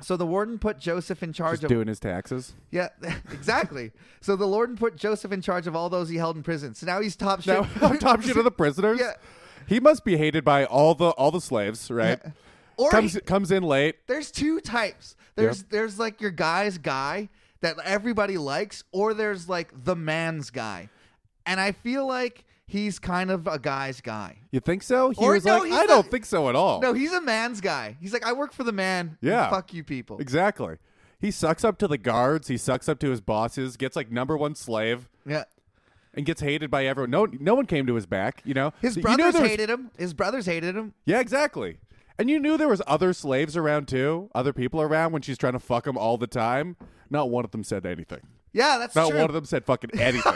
Speaker 1: So the warden put Joseph in charge
Speaker 2: Just
Speaker 1: of
Speaker 2: doing his taxes.
Speaker 1: yeah, exactly. so the warden put Joseph in charge of all those he held in prison. So now he's top shit.
Speaker 2: Now, top shit of the prisoners.
Speaker 1: Yeah.
Speaker 2: He must be hated by all the all the slaves, right?
Speaker 1: Or
Speaker 2: comes
Speaker 1: he-
Speaker 2: comes in late.
Speaker 1: there's two types. There's there's like your guy's guy that everybody likes, or there's like the man's guy. And I feel like he's kind of a guy's guy.
Speaker 2: You think so? He
Speaker 1: Or
Speaker 2: was
Speaker 1: no,
Speaker 2: like,
Speaker 1: he's
Speaker 2: I
Speaker 1: not-
Speaker 2: don't think so at all.
Speaker 1: No, he's a man's guy. He's like, I work for the man.
Speaker 2: Yeah.
Speaker 1: Fuck you people.
Speaker 2: Exactly. He sucks up to the guards. He sucks up to his bosses. Gets like number one slave
Speaker 1: Yeah.
Speaker 2: and gets hated by everyone. No, no one came to his back. You know,
Speaker 1: His
Speaker 2: You knew
Speaker 1: brothers
Speaker 2: there was-
Speaker 1: hated him. His brothers hated him.
Speaker 2: Yeah, exactly. And you knew there was other slaves around too, other people around when she's trying to fuck them all the time. Not one of them said anything.
Speaker 1: Yeah, that's
Speaker 2: Not
Speaker 1: true.
Speaker 2: one of them said fucking anything.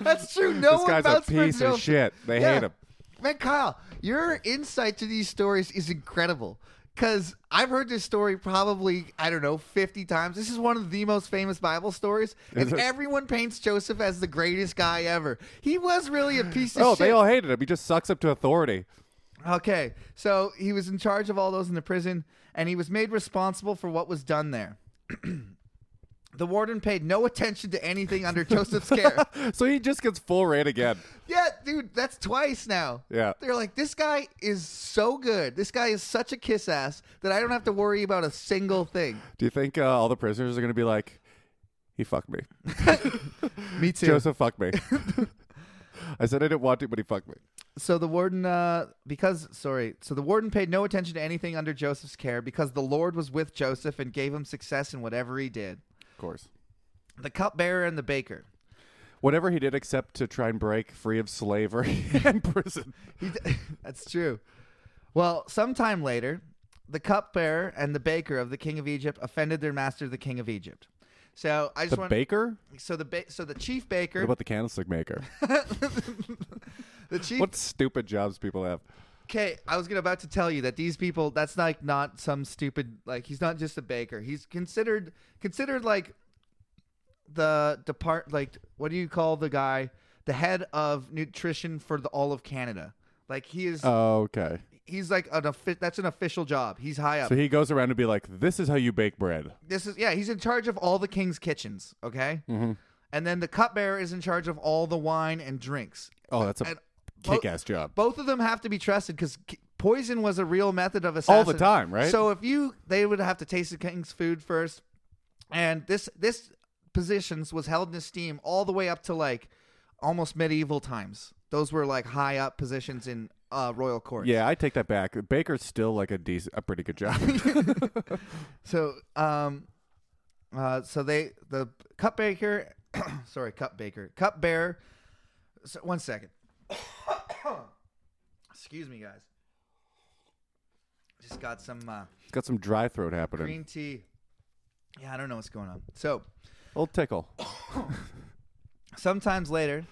Speaker 1: That's true. No
Speaker 2: this
Speaker 1: one
Speaker 2: guy's a
Speaker 1: vouched for
Speaker 2: piece of
Speaker 1: Joseph.
Speaker 2: shit. They
Speaker 1: Yeah.
Speaker 2: hate him.
Speaker 1: Man, Kyle, your insight to these stories is incredible. Because I've heard this story probably, I don't know, 50 times. This is one of the most famous Bible stories.
Speaker 2: Is
Speaker 1: And
Speaker 2: it?
Speaker 1: everyone paints Joseph as the greatest guy ever. He was really a piece of
Speaker 2: Oh,
Speaker 1: shit.
Speaker 2: they all hated him. He just sucks up to authority.
Speaker 1: Okay, so he was in charge of all those in the prison, and he was made responsible for what was done there. the warden paid no attention to anything under Joseph's care.
Speaker 2: So he just gets full rate again.
Speaker 1: Yeah, dude, that's twice now.
Speaker 2: Yeah.
Speaker 1: They're like, this guy is so good. This guy is such a kiss ass that I don't have to worry about a single thing.
Speaker 2: Do you think uh, all the prisoners are going to be like, he fucked me?
Speaker 1: Me too.
Speaker 2: Joseph fucked me. I said I didn't want to, but he fucked me.
Speaker 1: So the warden, uh, because, sorry, so the warden paid no attention to anything under Joseph's care because the Lord was with Joseph and gave him success in whatever he did.
Speaker 2: Of course.
Speaker 1: The cupbearer and the baker.
Speaker 2: Whatever he did except to try and break free of slavery and prison.
Speaker 1: He d- That's true. Well, sometime later, the cupbearer and the baker of the king of Egypt offended their master, the king of Egypt. So I just
Speaker 2: The
Speaker 1: want
Speaker 2: baker?
Speaker 1: so the ba- so the chief baker
Speaker 2: What about the candlestick maker?
Speaker 1: The chief.
Speaker 2: what stupid jobs people have.
Speaker 1: Okay, I was gonna about to tell you that these people. That's like not some stupid. Like he's not just a baker. He's considered considered like the depart. Like what do you call the guy? The head of nutrition for the all of Canada. Like he is.
Speaker 2: Oh, okay.
Speaker 1: he's like an offi- That's an official job. He's high up.
Speaker 2: So he goes around and be like, this is how you bake bread.
Speaker 1: this is yeah. He's in charge of all the king's kitchens. Okay.
Speaker 2: Mm-hmm.
Speaker 1: And then the cupbearer is in charge of all the wine and drinks.
Speaker 2: Oh, that's a
Speaker 1: And bo-
Speaker 2: kick ass job.
Speaker 1: both of them have to be trusted because poison was a real method of assassin
Speaker 2: All the time, right?
Speaker 1: So if you, they would have to taste the king's food first, and this this positions was held in esteem all the way up to like almost medieval times. Those were like high up positions in uh, royal courts.
Speaker 2: Yeah, I take that back. Baker's still like a decent, a pretty good job.
Speaker 1: So um, uh, so they the cup baker, sorry, cup baker, cup bearer. So, one second. Excuse me, guys. Just got some uh,
Speaker 2: It's got some dry throat happening.
Speaker 1: green tea. Yeah, I don't know what's going on. So
Speaker 2: Old tickle.
Speaker 1: sometimes later,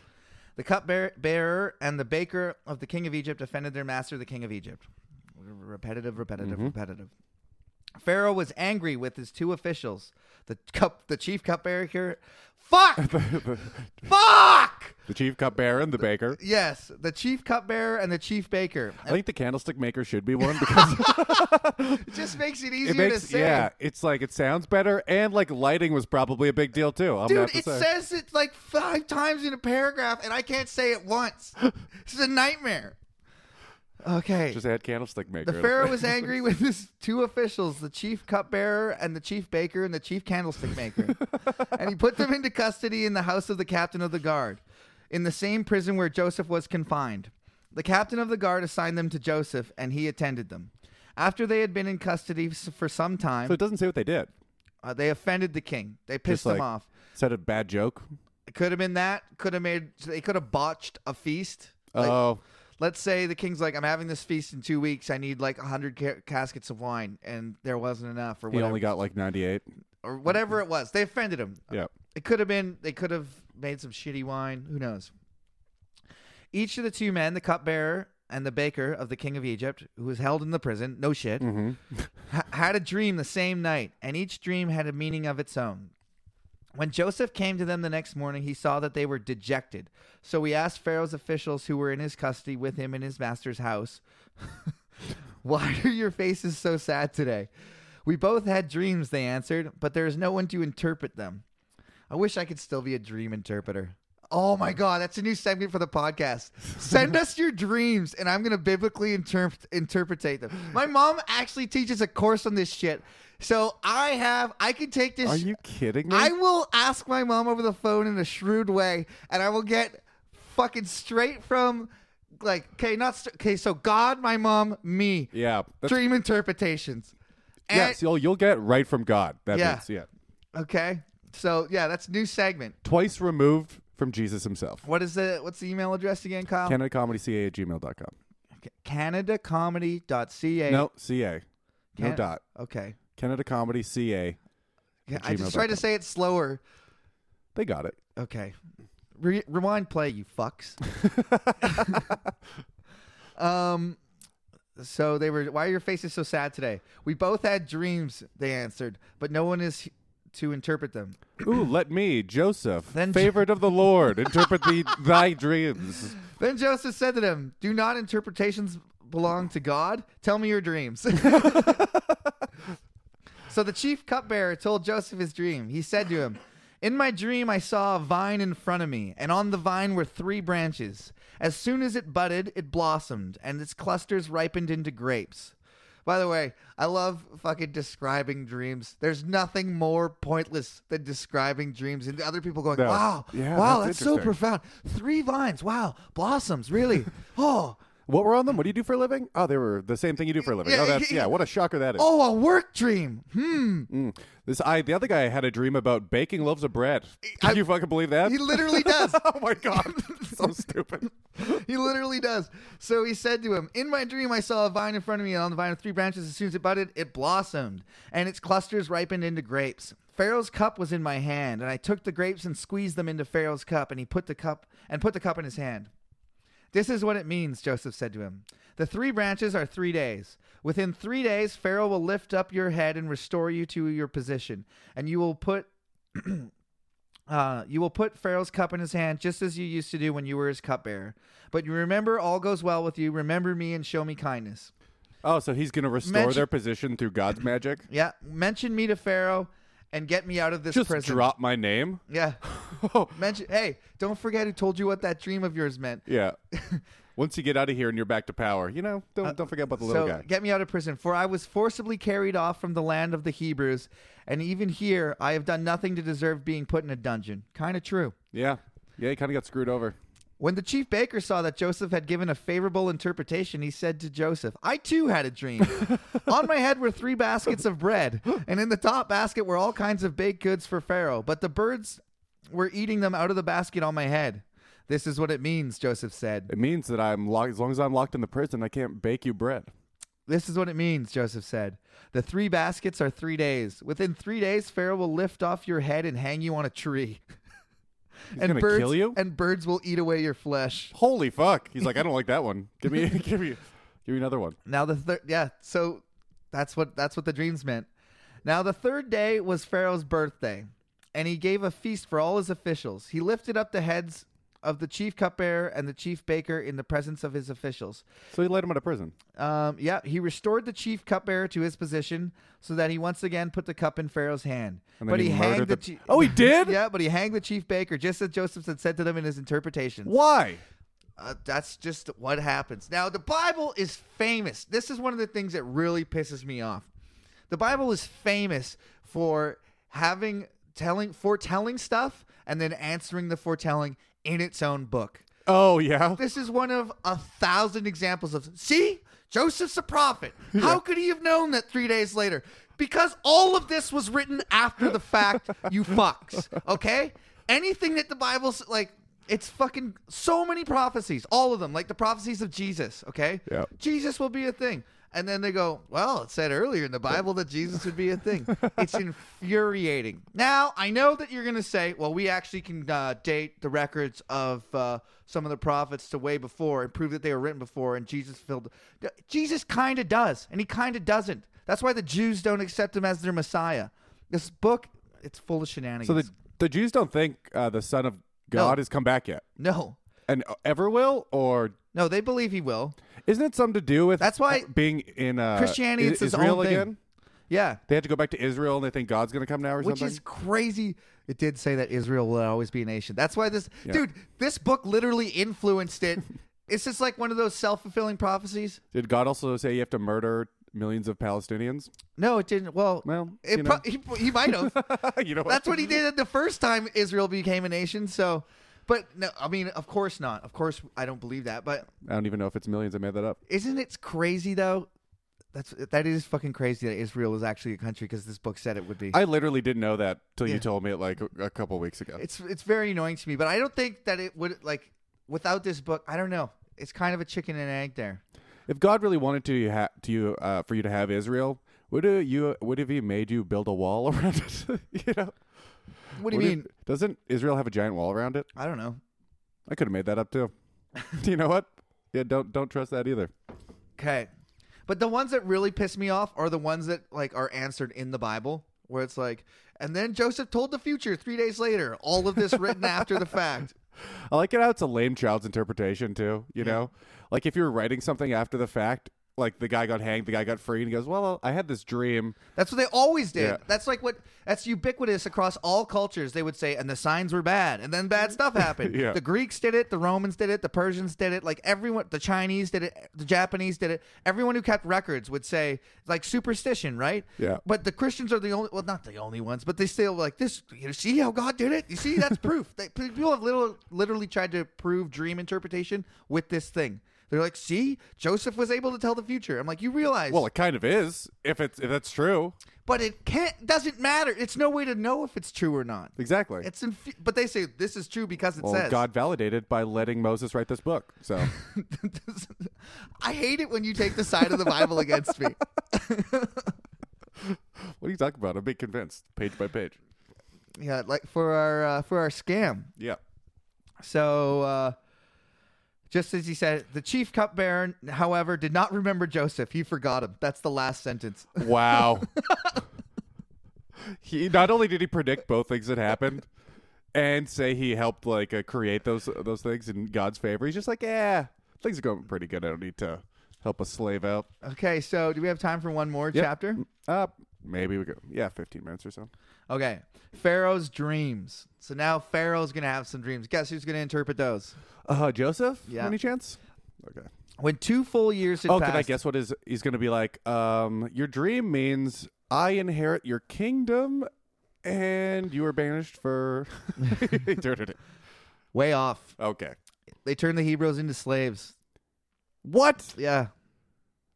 Speaker 1: the cup bear- bearer and the baker of the king of Egypt offended their master, the king of Egypt. Repetitive, repetitive,
Speaker 2: Mm-hmm.
Speaker 1: repetitive. Pharaoh was angry with his two officials, the cup, the chief cupbearer. here- Fuck, fuck.
Speaker 2: The chief cupbearer and the baker.
Speaker 1: Yes, the chief cupbearer and the chief baker.
Speaker 2: I think the candlestick maker should be one because
Speaker 1: It just makes it
Speaker 2: it
Speaker 1: easier to
Speaker 2: makes
Speaker 1: say.
Speaker 2: yeah, it's like it sounds better and like lighting was probably a big deal too. I'm gonna
Speaker 1: Dude,
Speaker 2: have to
Speaker 1: it
Speaker 2: say.
Speaker 1: says it like five times in a paragraph, and I can't say it once. this is a nightmare. Okay.
Speaker 2: just add candlestick maker.
Speaker 1: The pharaoh was angry with his two officials, the chief cupbearer and the chief baker and the chief candlestick maker. and he put them into custody in the house of the captain of the guard, in the same prison where Joseph was confined. The captain of the guard assigned them to Joseph, and he attended them. After they had been in custody s- for some time,
Speaker 2: so it doesn't say what they did.
Speaker 1: uh, they offended the king. They
Speaker 2: Just
Speaker 1: pissed
Speaker 2: like
Speaker 1: him off.
Speaker 2: said a bad joke.
Speaker 1: It could have been that. Could have made. They could have botched a feast. Like,
Speaker 2: oh,
Speaker 1: let's say the king's like, I'm having this feast in two weeks. I need like 100 ca- caskets of wine, and there wasn't enough, or
Speaker 2: he
Speaker 1: whatever,
Speaker 2: only got like 98.
Speaker 1: or whatever it was. They offended him.
Speaker 2: Yeah.
Speaker 1: It could have been. They could have made some shitty wine. Who knows? Each of the two men, the cupbearer and the baker of the king of Egypt, who was held in the prison, no shit,
Speaker 2: Mm-hmm.
Speaker 1: ha- had a dream the same night, and each dream had a meaning of its own. When Joseph came to them the next morning, he saw that they were dejected. So he asked Pharaoh's officials who were in his custody with him in his master's house, Why are your faces so sad today? We both had dreams, they answered, but there is no one to interpret them. I wish I could still be a dream interpreter. Oh my God, that's a new segment for the podcast. Send us your dreams, and I'm going to biblically interp- interpretate them. My mom actually teaches a course on this shit. So I have, I can take this.
Speaker 2: Are you kidding me?
Speaker 1: I will ask my mom over the phone in a shrewd way, and I will get fucking straight from like okay, not st- okay. So God, my mom, me,
Speaker 2: yeah. That's,
Speaker 1: dream interpretations. And,
Speaker 2: yes, you'll you'll get right from God. That
Speaker 1: Yeah.
Speaker 2: means yeah.
Speaker 1: Okay. So yeah, that's new segment.
Speaker 2: Twice removed from Jesus himself.
Speaker 1: What is the what's the email address again, Kyle?
Speaker 2: CanadaComedyCA at gmail.com.
Speaker 1: CanadaComedy.ca.
Speaker 2: No, CA. No
Speaker 1: Can-
Speaker 2: dot.
Speaker 1: Okay.
Speaker 2: CanadaComedyCA.
Speaker 1: Yeah,
Speaker 2: At
Speaker 1: I just tried to
Speaker 2: gmail.com.
Speaker 1: say it slower.
Speaker 2: They got it.
Speaker 1: Okay. Re- rewind play, you fucks. um, so they were, why are your faces so sad today? We both had dreams, they answered, but no one is h- to interpret them.
Speaker 2: Ooh, let me, Joseph,
Speaker 1: Then-
Speaker 2: favorite of the Lord, interpret the, thy dreams.
Speaker 1: Then Joseph said to them, Do not interpretations belong to God? Tell me your dreams. so the chief cupbearer told Joseph his dream. He said to him, In my dream, I saw a vine in front of me, and on the vine were three branches. As soon as it budded, it blossomed, and its clusters ripened into grapes. By the way, I love fucking describing dreams. There's nothing more pointless than describing dreams and other people going,
Speaker 2: No.
Speaker 1: "Wow,
Speaker 2: Yeah,
Speaker 1: wow,
Speaker 2: that's
Speaker 1: that's so
Speaker 2: interesting.
Speaker 1: profound. Three vines. Wow. Blossoms. Really. oh.
Speaker 2: What were on them? What do you do for a living? Oh, they were the same thing you do for a living.
Speaker 1: Yeah,
Speaker 2: oh, that's, yeah, what a shocker that is.
Speaker 1: Oh, a work dream. Hmm.
Speaker 2: Mm. This I the other guy had a dream about baking loaves of bread. Can
Speaker 1: I-
Speaker 2: you fucking believe that?
Speaker 1: He literally does.
Speaker 2: oh my god, so stupid.
Speaker 1: he literally does. So he said to him, In my dream, I saw a vine in front of me, and on the vine were three branches. As soon as it budded, it blossomed, and its clusters ripened into grapes. Pharaoh's cup was in my hand, and I took the grapes and squeezed them into Pharaoh's cup, and he put the cup and put the cup in his hand. This is what it means, Joseph said to him. The three branches are three days. Within three days, Pharaoh will lift up your head and restore you to your position, and you will put uh, you will put Pharaoh's cup in his hand, just as you used to do when you were his cupbearer. But you remember, all goes well with you. Remember me and show me kindness.
Speaker 2: Oh, so he's gonna restore
Speaker 1: Mention-
Speaker 2: their position through God's magic?
Speaker 1: Yeah, mention me to Pharaoh and get me out of this
Speaker 2: Just
Speaker 1: prison.
Speaker 2: drop my name?
Speaker 1: Yeah,
Speaker 2: Oh,
Speaker 1: mention. Hey, don't forget who told you what that dream of yours meant.
Speaker 2: yeah. Once you get out of here and you're back to power, you know, don't don't forget about the little
Speaker 1: so
Speaker 2: guy.
Speaker 1: get me out of prison, for I was forcibly carried off from the land of the Hebrews, and even here I have done nothing to deserve being put in a dungeon. Kind of true.
Speaker 2: Yeah, yeah, he kind of got screwed over.
Speaker 1: When the chief baker saw that Joseph had given a favorable interpretation, he said to Joseph, I too had a dream. On my head were three baskets of bread, and in the top basket were all kinds of baked goods for Pharaoh, but the birds were eating them out of the basket on my head. This is what it means, Joseph said.
Speaker 2: It means that I'm locked. As long as I'm locked in the prison, I can't bake you bread.
Speaker 1: This is what it means, Joseph said. The three baskets are three days. Within three days, Pharaoh will lift off your head and hang you on a tree.
Speaker 2: He's gonna
Speaker 1: birds,
Speaker 2: kill you.
Speaker 1: And birds will eat away your flesh.
Speaker 2: Holy fuck! He's like, I don't like that one. Give me, give me, give me another one.
Speaker 1: Now the third, yeah. So that's what that's what the dreams meant. Now the third day was Pharaoh's birthday, and he gave a feast for all his officials. He lifted up the heads of the chief cupbearer and the chief baker in the presence of his officials.
Speaker 2: So he let him out of prison.
Speaker 1: Um, yeah, he restored the chief cupbearer to his position so that he once again put the cup in Pharaoh's hand.
Speaker 2: And then
Speaker 1: but
Speaker 2: he
Speaker 1: he, hanged
Speaker 2: murdered
Speaker 1: the.
Speaker 2: the-
Speaker 1: chi-
Speaker 2: Oh, he did?
Speaker 1: yeah, but he hanged the chief baker just as Joseph had said to them in his interpretation.
Speaker 2: Why?
Speaker 1: Uh, that's just what happens. Now, the Bible is famous. This is one of the things that really pisses me off. The Bible is famous for having telling foretelling stuff and then answering the foretelling in its own book.
Speaker 2: Oh yeah.
Speaker 1: This is one of a thousand examples of see Joseph's a prophet. How could he have known that three days later? Because all of this was written after the fact. you fucks. Okay. Anything that the Bible's like, it's fucking so many prophecies. All of them, like the prophecies of Jesus. Okay.
Speaker 2: Yeah.
Speaker 1: Jesus will be a thing. And then they go, well, it said earlier in the Bible that Jesus would be a thing. It's infuriating. Now, I know that you're going to say, well, we actually can uh, date the records of uh, some of the prophets to way before and prove that they were written before and Jesus filled. Jesus kind of does, and he kind of doesn't. That's why the Jews don't accept him as their Messiah. This book, it's full of shenanigans.
Speaker 2: So the the Jews don't think uh, the Son of God has come back yet,
Speaker 1: no,
Speaker 2: and uh, ever will, or
Speaker 1: no, they believe he will.
Speaker 2: isn't it something to do with
Speaker 1: That's why-
Speaker 2: being in uh,
Speaker 1: Christianity,
Speaker 2: I-
Speaker 1: it's its
Speaker 2: Israel
Speaker 1: own thing.
Speaker 2: again?
Speaker 1: Yeah.
Speaker 2: They had to go back to Israel and they think God's going to come now or
Speaker 1: Which
Speaker 2: something.
Speaker 1: is crazy. It did say that Israel will always be a nation. That's why this
Speaker 2: Yeah.
Speaker 1: dude, this book literally influenced it. it's just like one of those self fulfilling prophecies.
Speaker 2: Did God also say you have to murder millions of Palestinians?
Speaker 1: No, it didn't. Well,
Speaker 2: Well,
Speaker 1: it
Speaker 2: you
Speaker 1: pro-
Speaker 2: know.
Speaker 1: he, he might have.
Speaker 2: you know what?
Speaker 1: That's what he did the first time Israel became a nation. So, but no, I mean, of course not. Of course, I don't believe that. But
Speaker 2: I don't even know if it's millions. I made that up.
Speaker 1: isn't it crazy though? That's that is fucking crazy that Israel is actually a country because this book said it would be.
Speaker 2: I literally didn't know that till
Speaker 1: Yeah.
Speaker 2: you told me it like a- a couple weeks ago.
Speaker 1: it's it's very annoying to me, but I don't think that it would like without this book. I don't know. It's kind of a chicken and egg there.
Speaker 2: If God really wanted to you ha- to you uh, for you to have Israel, would uh, you would have he made you build a wall around it? you know,
Speaker 1: What do you
Speaker 2: Would he-
Speaker 1: mean?
Speaker 2: doesn't Israel have a giant wall around it?
Speaker 1: I don't know.
Speaker 2: I could have made that up too. you know what? Yeah, don't don't trust that either.
Speaker 1: Okay. But the ones that really piss me off are the ones that like are answered in the Bible, where it's like, and then Joseph told the future three days later. All of this written after the fact.
Speaker 2: I like it how it's a lame child's interpretation too. You know, like if you were writing something after the fact, like the guy got hanged, the guy got free, and he goes, "Well, I had this dream."
Speaker 1: That's what they always did.
Speaker 2: Yeah.
Speaker 1: That's like what that's ubiquitous across all cultures. They would say, and the signs were bad, and then bad stuff happened.
Speaker 2: Yeah.
Speaker 1: The Greeks did it, the Romans did it, the Persians did it, like everyone the Chinese did it, the Japanese did it. Everyone who kept records would say like superstition, right?
Speaker 2: Yeah.
Speaker 1: But the Christians are the only well, not the only ones, but they still like this you know, see how God did it? You see, that's proof. They, people have little literally tried to prove dream interpretation with this thing. They're like, see, Joseph was able to tell the future. I'm like, you realize
Speaker 2: Well, it kind of is if it's if that's true.
Speaker 1: but it can't doesn't matter. It's no way to know if it's true or not.
Speaker 2: Exactly.
Speaker 1: It's inf- but they say this is true because it
Speaker 2: well,
Speaker 1: says.
Speaker 2: God validated by letting Moses write this book. So.
Speaker 1: I hate it when you take the side of the Bible against me.
Speaker 2: What are you talking about? I'm being convinced, page by page.
Speaker 1: Yeah, like for our uh, for our scam.
Speaker 2: Yeah.
Speaker 1: So uh, just as he said, the chief cupbearer, however, did not remember Joseph. He forgot him. That's the last sentence.
Speaker 2: Wow. he not only did he predict both things that happened, and say he helped like uh, create those those things in God's favor. He's just like, yeah, things are going pretty good. I don't need to help a slave out.
Speaker 1: Okay, so do we have time for one more chapter?
Speaker 2: Uh, maybe we go. Yeah, 15 minutes or so.
Speaker 1: Okay, Pharaoh's dreams. So now Pharaoh's gonna have some dreams. Guess who's gonna interpret those?
Speaker 2: Uh, Joseph?
Speaker 1: Yeah.
Speaker 2: Any chance? Okay.
Speaker 1: When two full years had
Speaker 2: Oh,
Speaker 1: passed,
Speaker 2: can I guess what is he's going to be like? Um, your dream means I inherit your kingdom, and you are banished for eternity.
Speaker 1: way off.
Speaker 2: Okay.
Speaker 1: They turned the Hebrews into slaves.
Speaker 2: What?
Speaker 1: Yeah.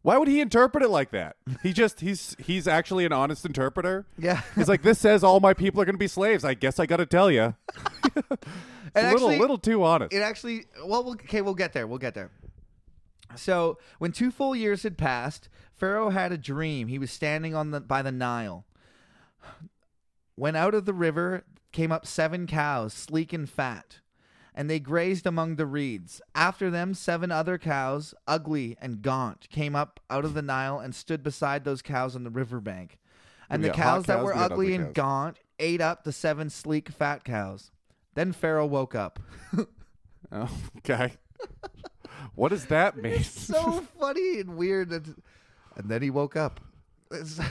Speaker 2: Why would he interpret it like that? He just he's he's actually an honest interpreter.
Speaker 1: Yeah.
Speaker 2: He's like, this says all my people are going to be slaves. I guess I got to tell you,
Speaker 1: It
Speaker 2: a little
Speaker 1: actually-
Speaker 2: little too honest.
Speaker 1: It actually, well, we'll, okay, we'll get there. We'll get there. So, when two full years had passed, Pharaoh had a dream. He was standing on the by the Nile. When out of the river came up seven cows, sleek and fat, and they grazed among the reeds. After them, seven other cows, ugly and gaunt, came up out of the Nile and stood beside those cows on the riverbank. And
Speaker 2: We
Speaker 1: the
Speaker 2: got hot
Speaker 1: cows that
Speaker 2: cows,
Speaker 1: were
Speaker 2: we got
Speaker 1: ugly
Speaker 2: ugly
Speaker 1: and
Speaker 2: cows.
Speaker 1: gaunt ate up the seven sleek, fat cows. Then Pharaoh woke up.
Speaker 2: Oh, okay. what does that mean?
Speaker 1: so funny and weird. That, and then he woke up. It's-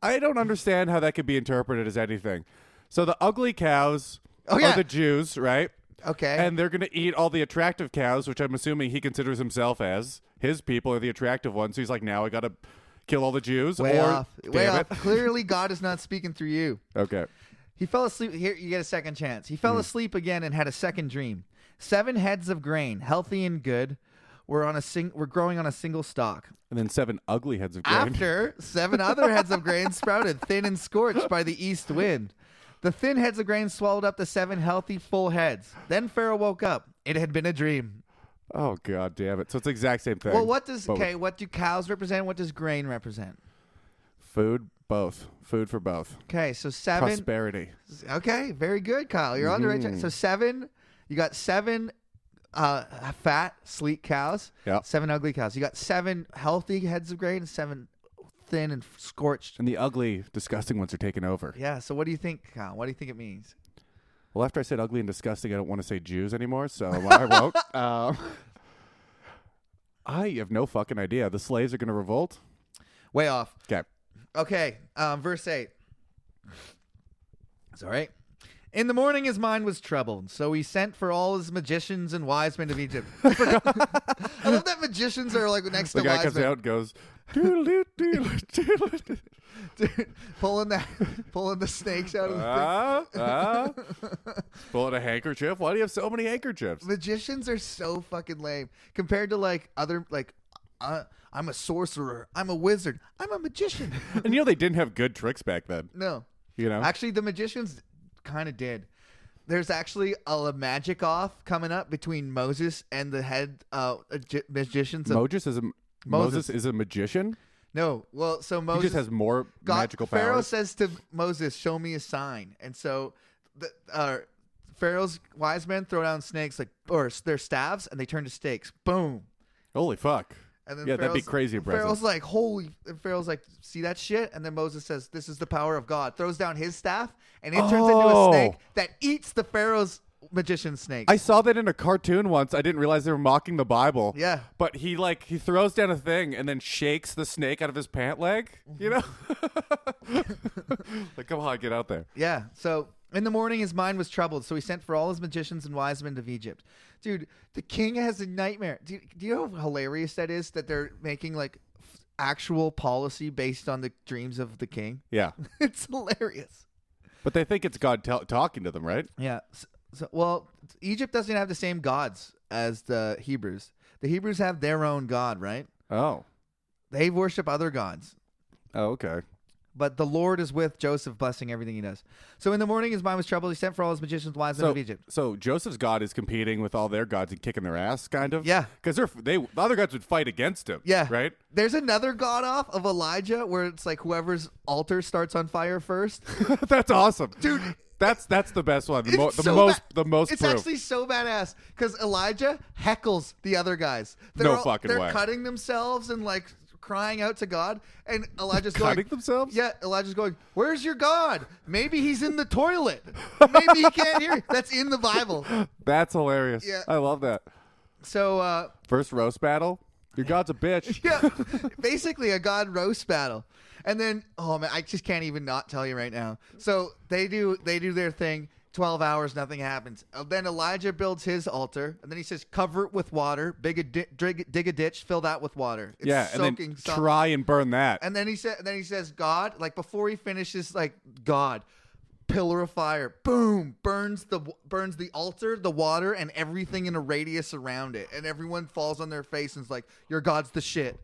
Speaker 2: I don't understand how that could be interpreted as anything. So the ugly cows
Speaker 1: Oh, yeah.
Speaker 2: are the Jews, right?
Speaker 1: okay.
Speaker 2: And they're going to eat all the attractive cows, which I'm assuming he considers himself as. His people are the attractive ones. So he's like, now I got to kill all the Jews.
Speaker 1: way
Speaker 2: or,
Speaker 1: off.
Speaker 2: Damn
Speaker 1: Way
Speaker 2: it.
Speaker 1: off. Clearly, God is not speaking through you.
Speaker 2: Okay.
Speaker 1: He fell asleep. Here, you get a second chance. He fell
Speaker 2: Hmm.
Speaker 1: asleep again and had a second dream. Seven heads of grain, healthy and good, were on a sing- were growing on a single stalk.
Speaker 2: And then seven ugly heads of grain.
Speaker 1: After seven other heads of grain sprouted, thin and scorched by the east wind. The thin heads of grain swallowed up the seven healthy, full heads. Then Pharaoh woke up. It had been a dream.
Speaker 2: oh, God damn it. So it's the exact same thing.
Speaker 1: Well, what does
Speaker 2: but with
Speaker 1: okay? What do cows represent? What does grain represent?
Speaker 2: Food, both. Food for both.
Speaker 1: Okay, so seven.
Speaker 2: Prosperity.
Speaker 1: Okay, very good, Kyle. You're on the right track. So seven. You got seven uh, fat, sleek cows.
Speaker 2: Yeah.
Speaker 1: Seven ugly cows. You got seven healthy heads of grain and seven thin and scorched.
Speaker 2: And the ugly, disgusting ones are taken over.
Speaker 1: Yeah. So what do you think, Kyle? What do you think it means?
Speaker 2: Well, after I said ugly and disgusting, I don't want to say Jews anymore, so I won't. Um, I have no fucking idea. The slaves are going to revolt.
Speaker 1: Way off.
Speaker 2: Okay.
Speaker 1: Okay, um, verse 8. It's all right. In the morning, his mind was troubled, so he sent for all his magicians and wise men of Egypt. I, love that magicians are like next
Speaker 2: The
Speaker 1: to
Speaker 2: guy
Speaker 1: wise
Speaker 2: comes
Speaker 1: men,
Speaker 2: out and goes, doodle doodle doodle doodle.
Speaker 1: Dude, pulling the pulling the snakes out of the thing.
Speaker 2: Ah, ah. Pulling a handkerchief. Why do you have so many handkerchiefs?
Speaker 1: Magicians are so fucking lame compared to like other like. Uh, I'm a sorcerer. I'm a wizard. I'm a magician.
Speaker 2: And you know they didn't have good tricks back then.
Speaker 1: no,
Speaker 2: You know,
Speaker 1: Actually, the magicians kind of did. There's actually a magic off coming up between Moses and the head uh, agi- magicians. Of,
Speaker 2: Moses is a Moses is a magician.
Speaker 1: no, well, so
Speaker 2: He
Speaker 1: Moses
Speaker 2: just has more
Speaker 1: God-
Speaker 2: magical
Speaker 1: Pharaoh
Speaker 2: powers.
Speaker 1: says to Moses, "Show me a sign," and so the, uh, Pharaoh's wise men throw down snakes like or s- their staves, and they turn to stakes. Boom.
Speaker 2: Holy fuck!
Speaker 1: And then
Speaker 2: yeah, that'd be
Speaker 1: Pharaoh's-
Speaker 2: crazy
Speaker 1: Pharaoh's
Speaker 2: impressive.
Speaker 1: like, holy. And Pharaoh's like, see that shit? And then Moses says, this is the power of God. Throws down his staff, and it turns into a
Speaker 2: Oh.
Speaker 1: snake that eats the Pharaoh's magician snake.
Speaker 2: I saw that in a cartoon once. I didn't realize they were mocking the Bible.
Speaker 1: Yeah.
Speaker 2: but he like he throws down a thing and then shakes the snake out of his pant leg. You know, like come on, get out there.
Speaker 1: yeah. So in the morning, his mind was troubled. So he sent for all his magicians and wise men of Egypt. Dude, the king has a nightmare. Do, do you know how hilarious that is that they're making like f- actual policy based on the dreams of the king?
Speaker 2: Yeah,
Speaker 1: it's hilarious.
Speaker 2: but they think it's God tell talking to them, right?
Speaker 1: Yeah. So, so, well, Egypt doesn't have the same gods as the Hebrews. The Hebrews have their own god, right?
Speaker 2: Oh,
Speaker 1: They worship other gods.
Speaker 2: oh, okay.
Speaker 1: But the Lord is with Joseph, blessing everything he does. So in the morning, his mind was troubled. He sent for all his magicians, wise men
Speaker 2: So,
Speaker 1: of Egypt.
Speaker 2: so Joseph's God is competing with all their gods and kicking their ass, kind of.
Speaker 1: Yeah.
Speaker 2: because they're they the other gods would fight against him.
Speaker 1: Yeah.
Speaker 2: right.
Speaker 1: There's another god off of Elijah where it's like whoever's altar starts on fire first.
Speaker 2: that's awesome, dude. That's that's the best one. The, mo-
Speaker 1: It's
Speaker 2: the
Speaker 1: so
Speaker 2: most
Speaker 1: ba-
Speaker 2: the most
Speaker 1: It's
Speaker 2: proof.
Speaker 1: actually so badass because Elijah heckles the other guys. They're
Speaker 2: No fucking
Speaker 1: They're
Speaker 2: way.
Speaker 1: cutting themselves and like crying out to God, and Elijah's
Speaker 2: Cutting
Speaker 1: going.
Speaker 2: themselves?
Speaker 1: Yeah, Elijah's going. Where's your God? Maybe he's in the toilet. Maybe he can't hear. you." That's in the Bible.
Speaker 2: That's hilarious.
Speaker 1: Yeah.
Speaker 2: I love that.
Speaker 1: So uh,
Speaker 2: First roast battle. Your god's a bitch.
Speaker 1: yeah, basically a God roast battle. And then, oh man, I just can't even not tell you right now. So they do they do their thing. Twelve hours, nothing happens. Uh, then Elijah builds his altar, and then he says, "Cover it with water. Big a di- dig, dig a ditch, fill that with water. It's
Speaker 2: yeah, and
Speaker 1: soaking
Speaker 2: then
Speaker 1: some-
Speaker 2: try and burn that.
Speaker 1: And then he said, then he says, "God," like before he finishes, like God, pillar of fire, boom, burns the burns the altar, the water, and everything in a radius around it, and everyone falls on their face and is like, "Your God's the shit."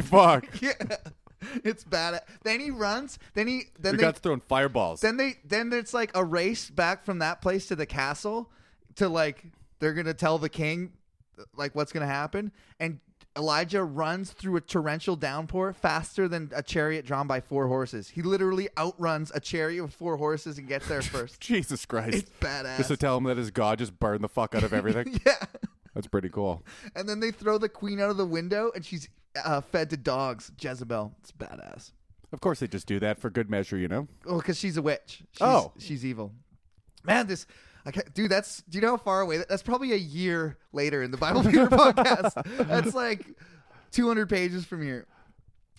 Speaker 2: fuck!
Speaker 1: yeah, it's bad. Then he runs. Then he then
Speaker 2: Your
Speaker 1: they
Speaker 2: god's throwing fireballs.
Speaker 1: then they then it's like a race back from that place to the castle to like they're gonna tell the king like what's gonna happen and. Elijah runs through a torrential downpour faster than a chariot drawn by four horses. He literally outruns a chariot with four horses and gets there first.
Speaker 2: Jesus Christ!
Speaker 1: It's badass.
Speaker 2: Just to tell him that his god just burned the fuck out of everything.
Speaker 1: yeah.
Speaker 2: that's pretty cool.
Speaker 1: And then they throw the queen out of the window and she's uh, fed to dogs. Jezebel. It's badass.
Speaker 2: Of course, they just do that for good measure, you know.
Speaker 1: Oh, because she's a witch. She's,
Speaker 2: Oh.
Speaker 1: she's evil. Man, this. I can't, dude, that's. Do you know how far away? That, that's probably a year later in the Bible Peter podcast. That's like 200 pages from here.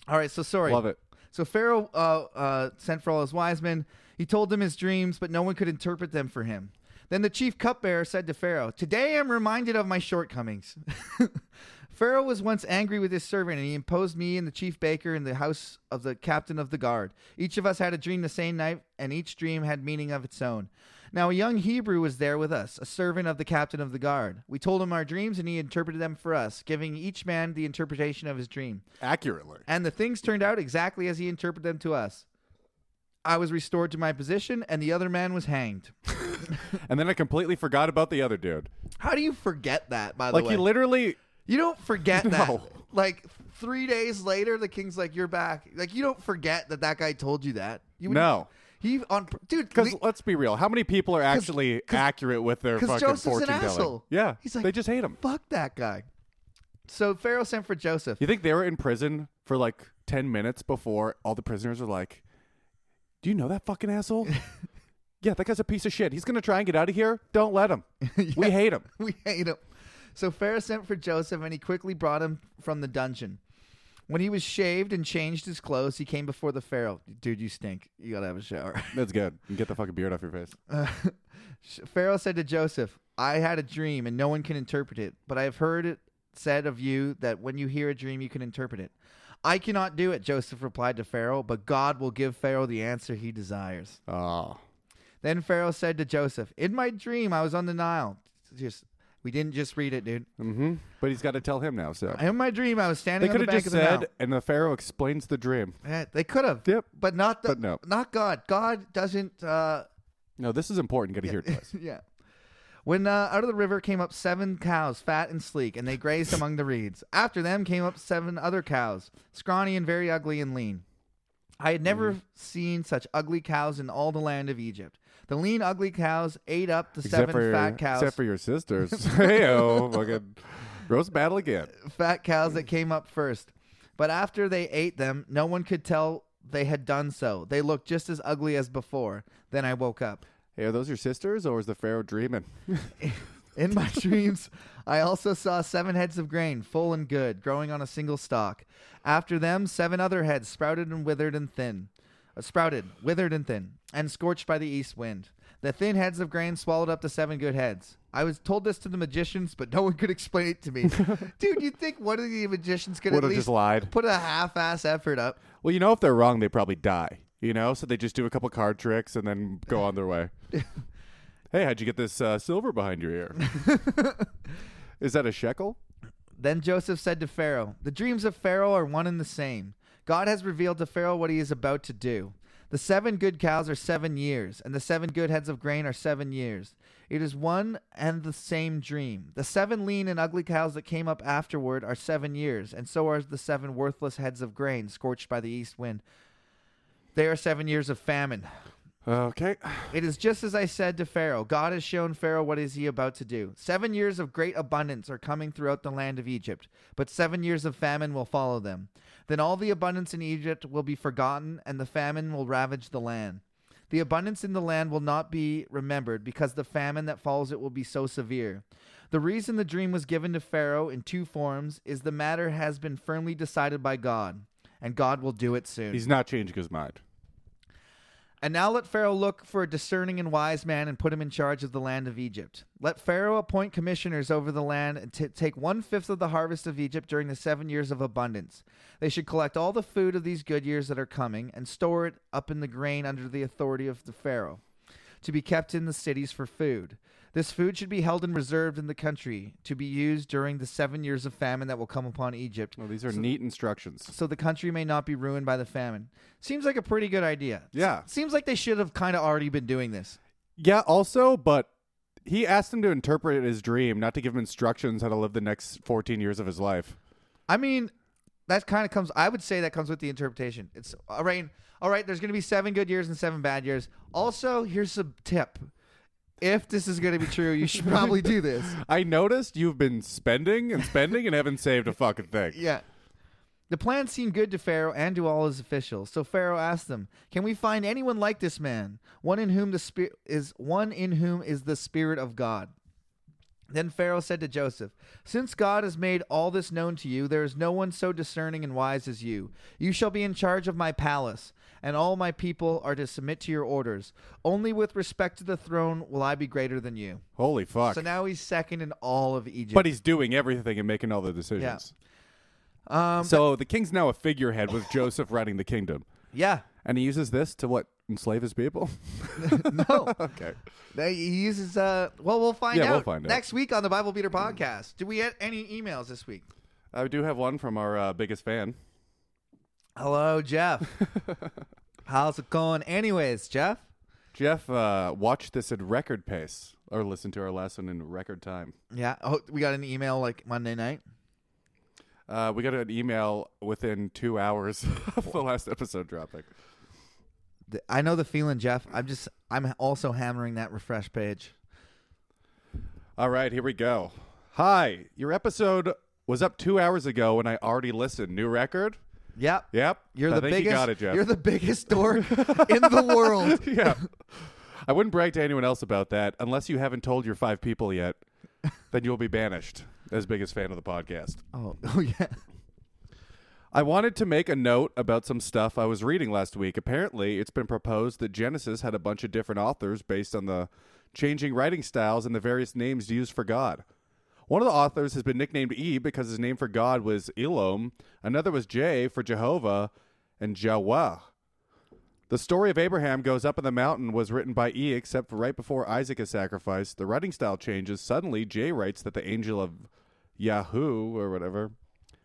Speaker 1: All right, so sorry.
Speaker 2: Love it.
Speaker 1: So Pharaoh uh, uh, sent for all his wise men. He told them his dreams, but no one could interpret them for him. Then the chief cupbearer said to Pharaoh, Today I'm reminded of my shortcomings. Pharaoh was once angry with his servant, and he imposed me and the chief baker in the house of the captain of the guard. Each of us had a dream the same night, and each dream had meaning of its own. Now a young Hebrew was there with us, a servant of the captain of the guard. We told him our dreams, and he interpreted them for us, giving each man the interpretation of his dream.
Speaker 2: Accurately.
Speaker 1: And the things turned out exactly as he interpreted them to us. I was restored to my position, and the other man was hanged.
Speaker 2: And then I completely forgot about the other dude.
Speaker 1: How do you forget that, by the
Speaker 2: Like
Speaker 1: way?
Speaker 2: he literally
Speaker 1: you don't forget that.
Speaker 2: No.
Speaker 1: Like, three days later, the king's like, you're back. Like, you don't forget that that guy told you that. You wouldn't-
Speaker 2: No.
Speaker 1: He, on, dude,
Speaker 2: Because
Speaker 1: le-
Speaker 2: let's be real, how many people are actually accurate with their
Speaker 1: 'cause
Speaker 2: fucking
Speaker 1: Joseph's an
Speaker 2: fortune telling?
Speaker 1: asshole.
Speaker 2: Yeah,
Speaker 1: He's like-
Speaker 2: they just hate him.
Speaker 1: fuck that guy. So Pharaoh sent for Joseph.
Speaker 2: You think they were in prison for like ten minutes before all the prisoners are like, "Do you know that fucking asshole? yeah, that guy's a piece of shit. He's gonna try and get out of here. Don't let him. We hate him.
Speaker 1: we hate him. So Pharaoh sent for Joseph, and he quickly brought him from the dungeon. When he was shaved and changed his clothes, he came before the Pharaoh. Dude, you stink. You gotta have a shower.
Speaker 2: That's good. And get the fucking beard off your face.
Speaker 1: Sh- Pharaoh said to Joseph, I had a dream and no one can interpret it, but I have heard it said of you that when you hear a dream, you can interpret it. I cannot do it, Joseph replied to Pharaoh, but God will give Pharaoh the answer he desires.
Speaker 2: Oh.
Speaker 1: Then Pharaoh said to Joseph, In my dream, I was on the Nile. Just, we didn't just read it, dude.
Speaker 2: Mm-hmm. But he's got to tell him now. So
Speaker 1: In my dream, I was standing
Speaker 2: they
Speaker 1: on
Speaker 2: could
Speaker 1: the bank
Speaker 2: have just
Speaker 1: of the Nile.
Speaker 2: said, and the Pharaoh explains the dream.
Speaker 1: Yeah, they could have.
Speaker 2: Yep.
Speaker 1: But not the,
Speaker 2: But no.
Speaker 1: not God. God doesn't uh
Speaker 2: No, this is important. Got to hear it twice.
Speaker 1: yeah. When uh, out of the river came up seven cows, fat and sleek, and they grazed among the reeds. After them came up seven other cows, scrawny and very ugly and lean. I had never
Speaker 2: Mm-hmm.
Speaker 1: seen such ugly cows in all the land of Egypt. The lean, ugly cows ate up the
Speaker 2: Except
Speaker 1: seven
Speaker 2: for,
Speaker 1: fat cows.
Speaker 2: except for your sisters. Heyo, fucking roast battle again.
Speaker 1: fat cows that came up first. But after they ate them, no one could tell they had done so. They looked just as ugly as before. Then I woke up.
Speaker 2: Hey, are those your sisters, or is the Pharaoh dreaming?
Speaker 1: In my dreams, I also saw seven heads of grain, full and good, growing on a single stalk. After them, seven other heads sprouted and withered and thin, uh, sprouted, withered and thin, and scorched by the east wind. The thin heads of grain swallowed up the seven good heads. I was told this to the magicians, but no one could explain it to me. Dude, you think one of the magicians could
Speaker 2: Would
Speaker 1: at
Speaker 2: have
Speaker 1: least
Speaker 2: just lied.
Speaker 1: put a half-ass effort up?
Speaker 2: Well, you know, if they're wrong, they probably die. You know, so they just do a couple card tricks and then go on their way. hey, how'd you get this uh, silver behind your ear? is that a shekel?
Speaker 1: Then Joseph said to Pharaoh, The dreams of Pharaoh are one and the same. God has revealed to Pharaoh what he is about to do. The seven good cows are seven years, and the seven good heads of grain are seven years. It is one and the same dream. The seven lean and ugly cows that came up afterward are seven years, and so are the seven worthless heads of grain scorched by the east wind. They are seven years of famine.
Speaker 2: Okay.
Speaker 1: It is just as I said to Pharaoh. God has shown Pharaoh what is he about to do. Seven years of great abundance are coming throughout the land of Egypt, but seven years of famine will follow them. Then all the abundance in Egypt will be forgotten, and the famine will ravage the land. The abundance in the land will not be remembered, because the famine that follows it will be so severe. The reason the dream was given to Pharaoh in two forms is the matter has been firmly decided by God, and God will do it soon.
Speaker 2: He's not changing his mind.
Speaker 1: And now let Pharaoh look for a discerning and wise man and put him in charge of the land of Egypt. Let Pharaoh appoint commissioners over the land and t- take one fifth of the harvest of Egypt during the seven years of abundance. They should collect all the food of these good years that are coming and store it up in the grain under the authority of the Pharaoh to be kept in the cities for food. This food should be held and reserved in the country to be used during the seven years of famine that will come upon Egypt
Speaker 2: Well, these are neat instructions.
Speaker 1: so the country may not be ruined by the famine. Seems like a pretty good idea.
Speaker 2: Yeah.
Speaker 1: Seems like they should have kind of already been doing this.
Speaker 2: Yeah, also, but he asked him to interpret his dream, not to give him instructions how to live the next 14 years of his life.
Speaker 1: I mean, that kind of comes. I would say that comes with the interpretation. It's all right. All right. There's going to be seven good years and seven bad years. Also, here's a tip. If this is going to be true, you should probably do this.
Speaker 2: I noticed you've been spending and spending and haven't saved a fucking thing.
Speaker 1: Yeah. The plan seemed good to Pharaoh and to all his officials. So Pharaoh asked them, "Can we find anyone like this man, one in whom the spirit is one in whom is the spirit of God?" Then Pharaoh said to Joseph, Since God has made all this known to you, there is no one so discerning and wise as you. You shall be in charge of my palace, and all my people are to submit to your orders. Only with respect to the throne will I be greater than you.
Speaker 2: Holy fuck.
Speaker 1: So now he's second in all of Egypt.
Speaker 2: but he's doing everything and making all the decisions.
Speaker 1: um,
Speaker 2: So the king's now a figurehead with Joseph running the kingdom.
Speaker 1: yeah,
Speaker 2: And he uses this to what? Enslave his people?
Speaker 1: no.
Speaker 2: okay.
Speaker 1: They, he uses uh. Well, we'll find
Speaker 2: Yeah,
Speaker 1: out
Speaker 2: we'll find out.
Speaker 1: next week on the Bible Beater podcast. Do we get any emails this week?
Speaker 2: I do have one from our uh, biggest fan.
Speaker 1: Hello, Jeff. How's it going? Anyways, Jeff.
Speaker 2: Jeff uh, watched this at record pace or listened to our lesson in record time.
Speaker 1: Yeah. Oh, we got an email like Monday night.
Speaker 2: Uh, we got an email within two hours of the last episode dropping.
Speaker 1: Th- I know the feeling, Jeff. I'm just. I'm also hammering that refresh page.
Speaker 2: All right, here we go. Hi, your episode was up two hours ago and I already listened. New record?
Speaker 1: Yep.
Speaker 2: Yep.
Speaker 1: You're the
Speaker 2: I think
Speaker 1: biggest.
Speaker 2: You got it, Jeff.
Speaker 1: You're the biggest dork in the world.
Speaker 2: yeah. I wouldn't brag to anyone else about that unless you haven't told your five people yet. Then you'll be banished as biggest fan of the podcast.
Speaker 1: Oh, oh yeah.
Speaker 2: I wanted to make a note about some stuff I was reading last week. Apparently, it's been proposed that Genesis had a bunch of different authors based on the changing writing styles and the various names used for God. One of the authors has been nicknamed E because his name for God was Elom, another was J for Jehovah, and Jawah. The story of Abraham goes up in the mountain was written by E, except for right before Isaac is sacrificed. The writing style changes. Suddenly, J writes that the angel of Yahoo or whatever,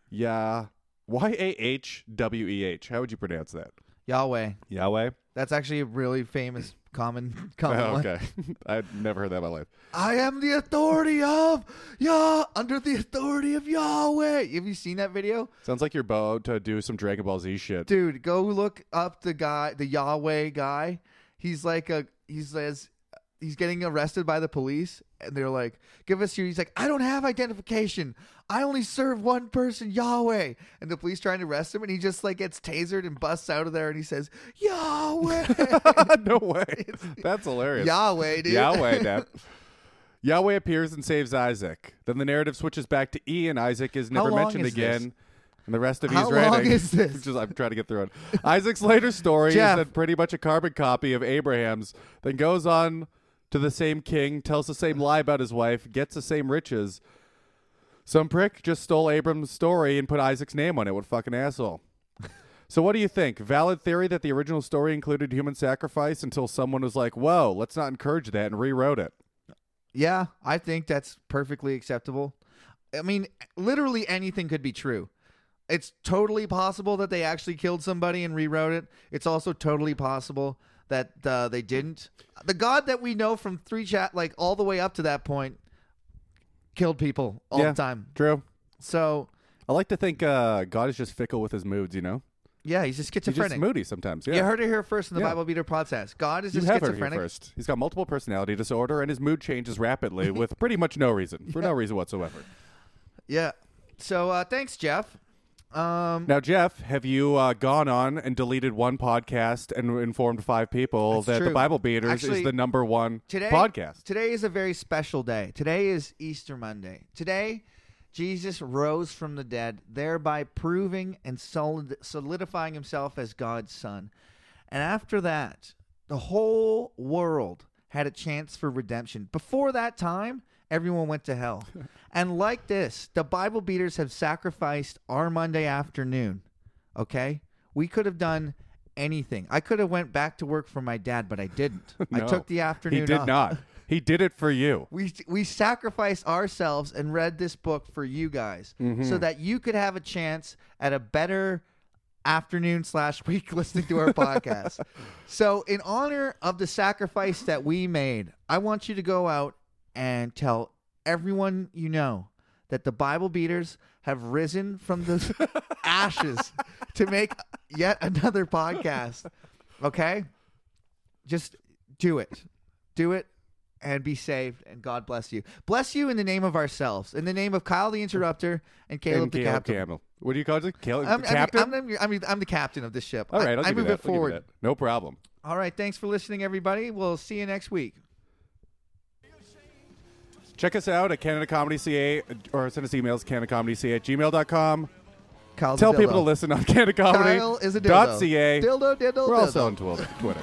Speaker 2: Yah, Y A H W E H. How would you pronounce that?
Speaker 1: Yahweh.
Speaker 2: Yahweh.
Speaker 1: That's actually a really famous common common
Speaker 2: Oh,
Speaker 1: one.
Speaker 2: okay, I've never heard that in my life.
Speaker 1: I am the authority of Yah under the authority of Yahweh. Have you seen that video?
Speaker 2: Sounds like you're about to do some Dragon Ball Z shit.
Speaker 1: Dude, go look up the guy, the Yahweh guy. He's like a he's says he's getting arrested by the police and they're like, "Give us your." He's like, "I don't have identification. I only serve one person, Yahweh." And the police trying to arrest him and he just like gets tasered and busts out of there and he says, "Yahweh."
Speaker 2: no way. That's hilarious.
Speaker 1: Yahweh, dude.
Speaker 2: Yahweh, Dad. Yahweh appears and saves Isaac. Then the narrative switches back to E, and Isaac is never
Speaker 1: long
Speaker 2: mentioned
Speaker 1: is
Speaker 2: again.
Speaker 1: this?
Speaker 2: And the rest of
Speaker 1: How
Speaker 2: E's
Speaker 1: long
Speaker 2: writing.
Speaker 1: is this?
Speaker 2: Just- I'm trying to get through it. Isaac's later story
Speaker 1: Jeff.
Speaker 2: is that pretty much a carbon copy of Abraham's. Then goes on to the same king, tells the same lie about his wife, gets the same riches. Some prick just stole Abram's story and put Isaac's name on it. What a fucking asshole. So what do you think? Valid theory that the original story included human sacrifice until someone was like, "Whoa, let's not encourage that," and rewrote it.
Speaker 1: Yeah, I think that's perfectly acceptable. I mean, literally anything could be true. It's totally possible that they actually killed somebody and rewrote it. It's also totally possible that uh, they didn't. The God that we know from three chat, like all the way up to that point, killed people all
Speaker 2: Yeah.
Speaker 1: the time.
Speaker 2: True.
Speaker 1: So
Speaker 2: I like to think uh, God is just fickle with his moods. You know,
Speaker 1: yeah, he's just
Speaker 2: he's
Speaker 1: schizophrenic.
Speaker 2: just moody sometimes. Yeah,
Speaker 1: You heard it here first in the
Speaker 2: Yeah.
Speaker 1: Bible Beater podcast. God is
Speaker 2: you
Speaker 1: a
Speaker 2: have heard it here
Speaker 1: schizophrenic.
Speaker 2: first. He's got multiple personality disorder, and his mood changes rapidly with pretty much no reason, for no reason whatsoever.
Speaker 1: Yeah. So uh, thanks, Jeff. Um,
Speaker 2: Now, Jeff, have you uh, gone on and deleted one podcast and informed five people
Speaker 1: That's
Speaker 2: that the
Speaker 1: true.
Speaker 2: Bible Beaters
Speaker 1: Actually,
Speaker 2: is the number one
Speaker 1: today
Speaker 2: podcast?
Speaker 1: Today is a very special day. Today is Easter Monday. Today, Jesus rose from the dead, thereby proving and solid, solidifying himself as God's son. And after that, the whole world had a chance for redemption. Before that time, everyone went to hell. and like this, the Bible beaters have sacrificed our Monday afternoon. Okay? We could have done anything. I could have went back to work for my dad, but I didn't. I
Speaker 2: No.
Speaker 1: took the afternoon
Speaker 2: He did
Speaker 1: off.
Speaker 2: not. He did it for you.
Speaker 1: We we sacrificed ourselves and read this book for you guys
Speaker 2: Mm-hmm.
Speaker 1: so that you could have a chance at a better afternoon slash week listening to our podcast. So in honor of the sacrifice that we made, I want you to go out and tell everyone you know that the Bible beaters have risen from the ashes to make yet another podcast. Okay? just do it. Do it and be saved and God bless you. Bless you in the name of ourselves, in the name of Kyle the Interrupter and Caleb
Speaker 2: and
Speaker 1: the
Speaker 2: Caleb
Speaker 1: Captain.
Speaker 2: Campbell. What do you call it? Caleb
Speaker 1: I'm, I'm the-
Speaker 2: Captain?
Speaker 1: I'm, the- I'm the- I'm the captain of this ship.
Speaker 2: All right, I'll
Speaker 1: I, I
Speaker 2: give you
Speaker 1: move it
Speaker 2: that. I'll give you
Speaker 1: forward.
Speaker 2: that. No problem.
Speaker 1: All right, thanks for listening, everybody. We'll see you next week.
Speaker 2: Check us out at Canada Comedy CA or send us emails CanadaComedyCA at gmail.com.
Speaker 1: Kyle's a
Speaker 2: Tell people
Speaker 1: dildo.
Speaker 2: to listen on Canada Comedy.
Speaker 1: Kyle is a dildo.
Speaker 2: dot CA.
Speaker 1: Dildo, dildo,
Speaker 2: We're
Speaker 1: dildo.
Speaker 2: also on Twitter. Twitter.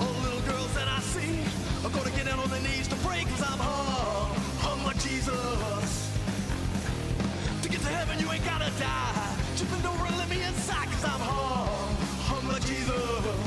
Speaker 3: All the little girls that I see are gonna get down on their knees to pray i I'm hung, hung like Jesus. To get to heaven you ain't gotta die. Just bend over and let me inside i I'm hung, hung like Jesus. Oh,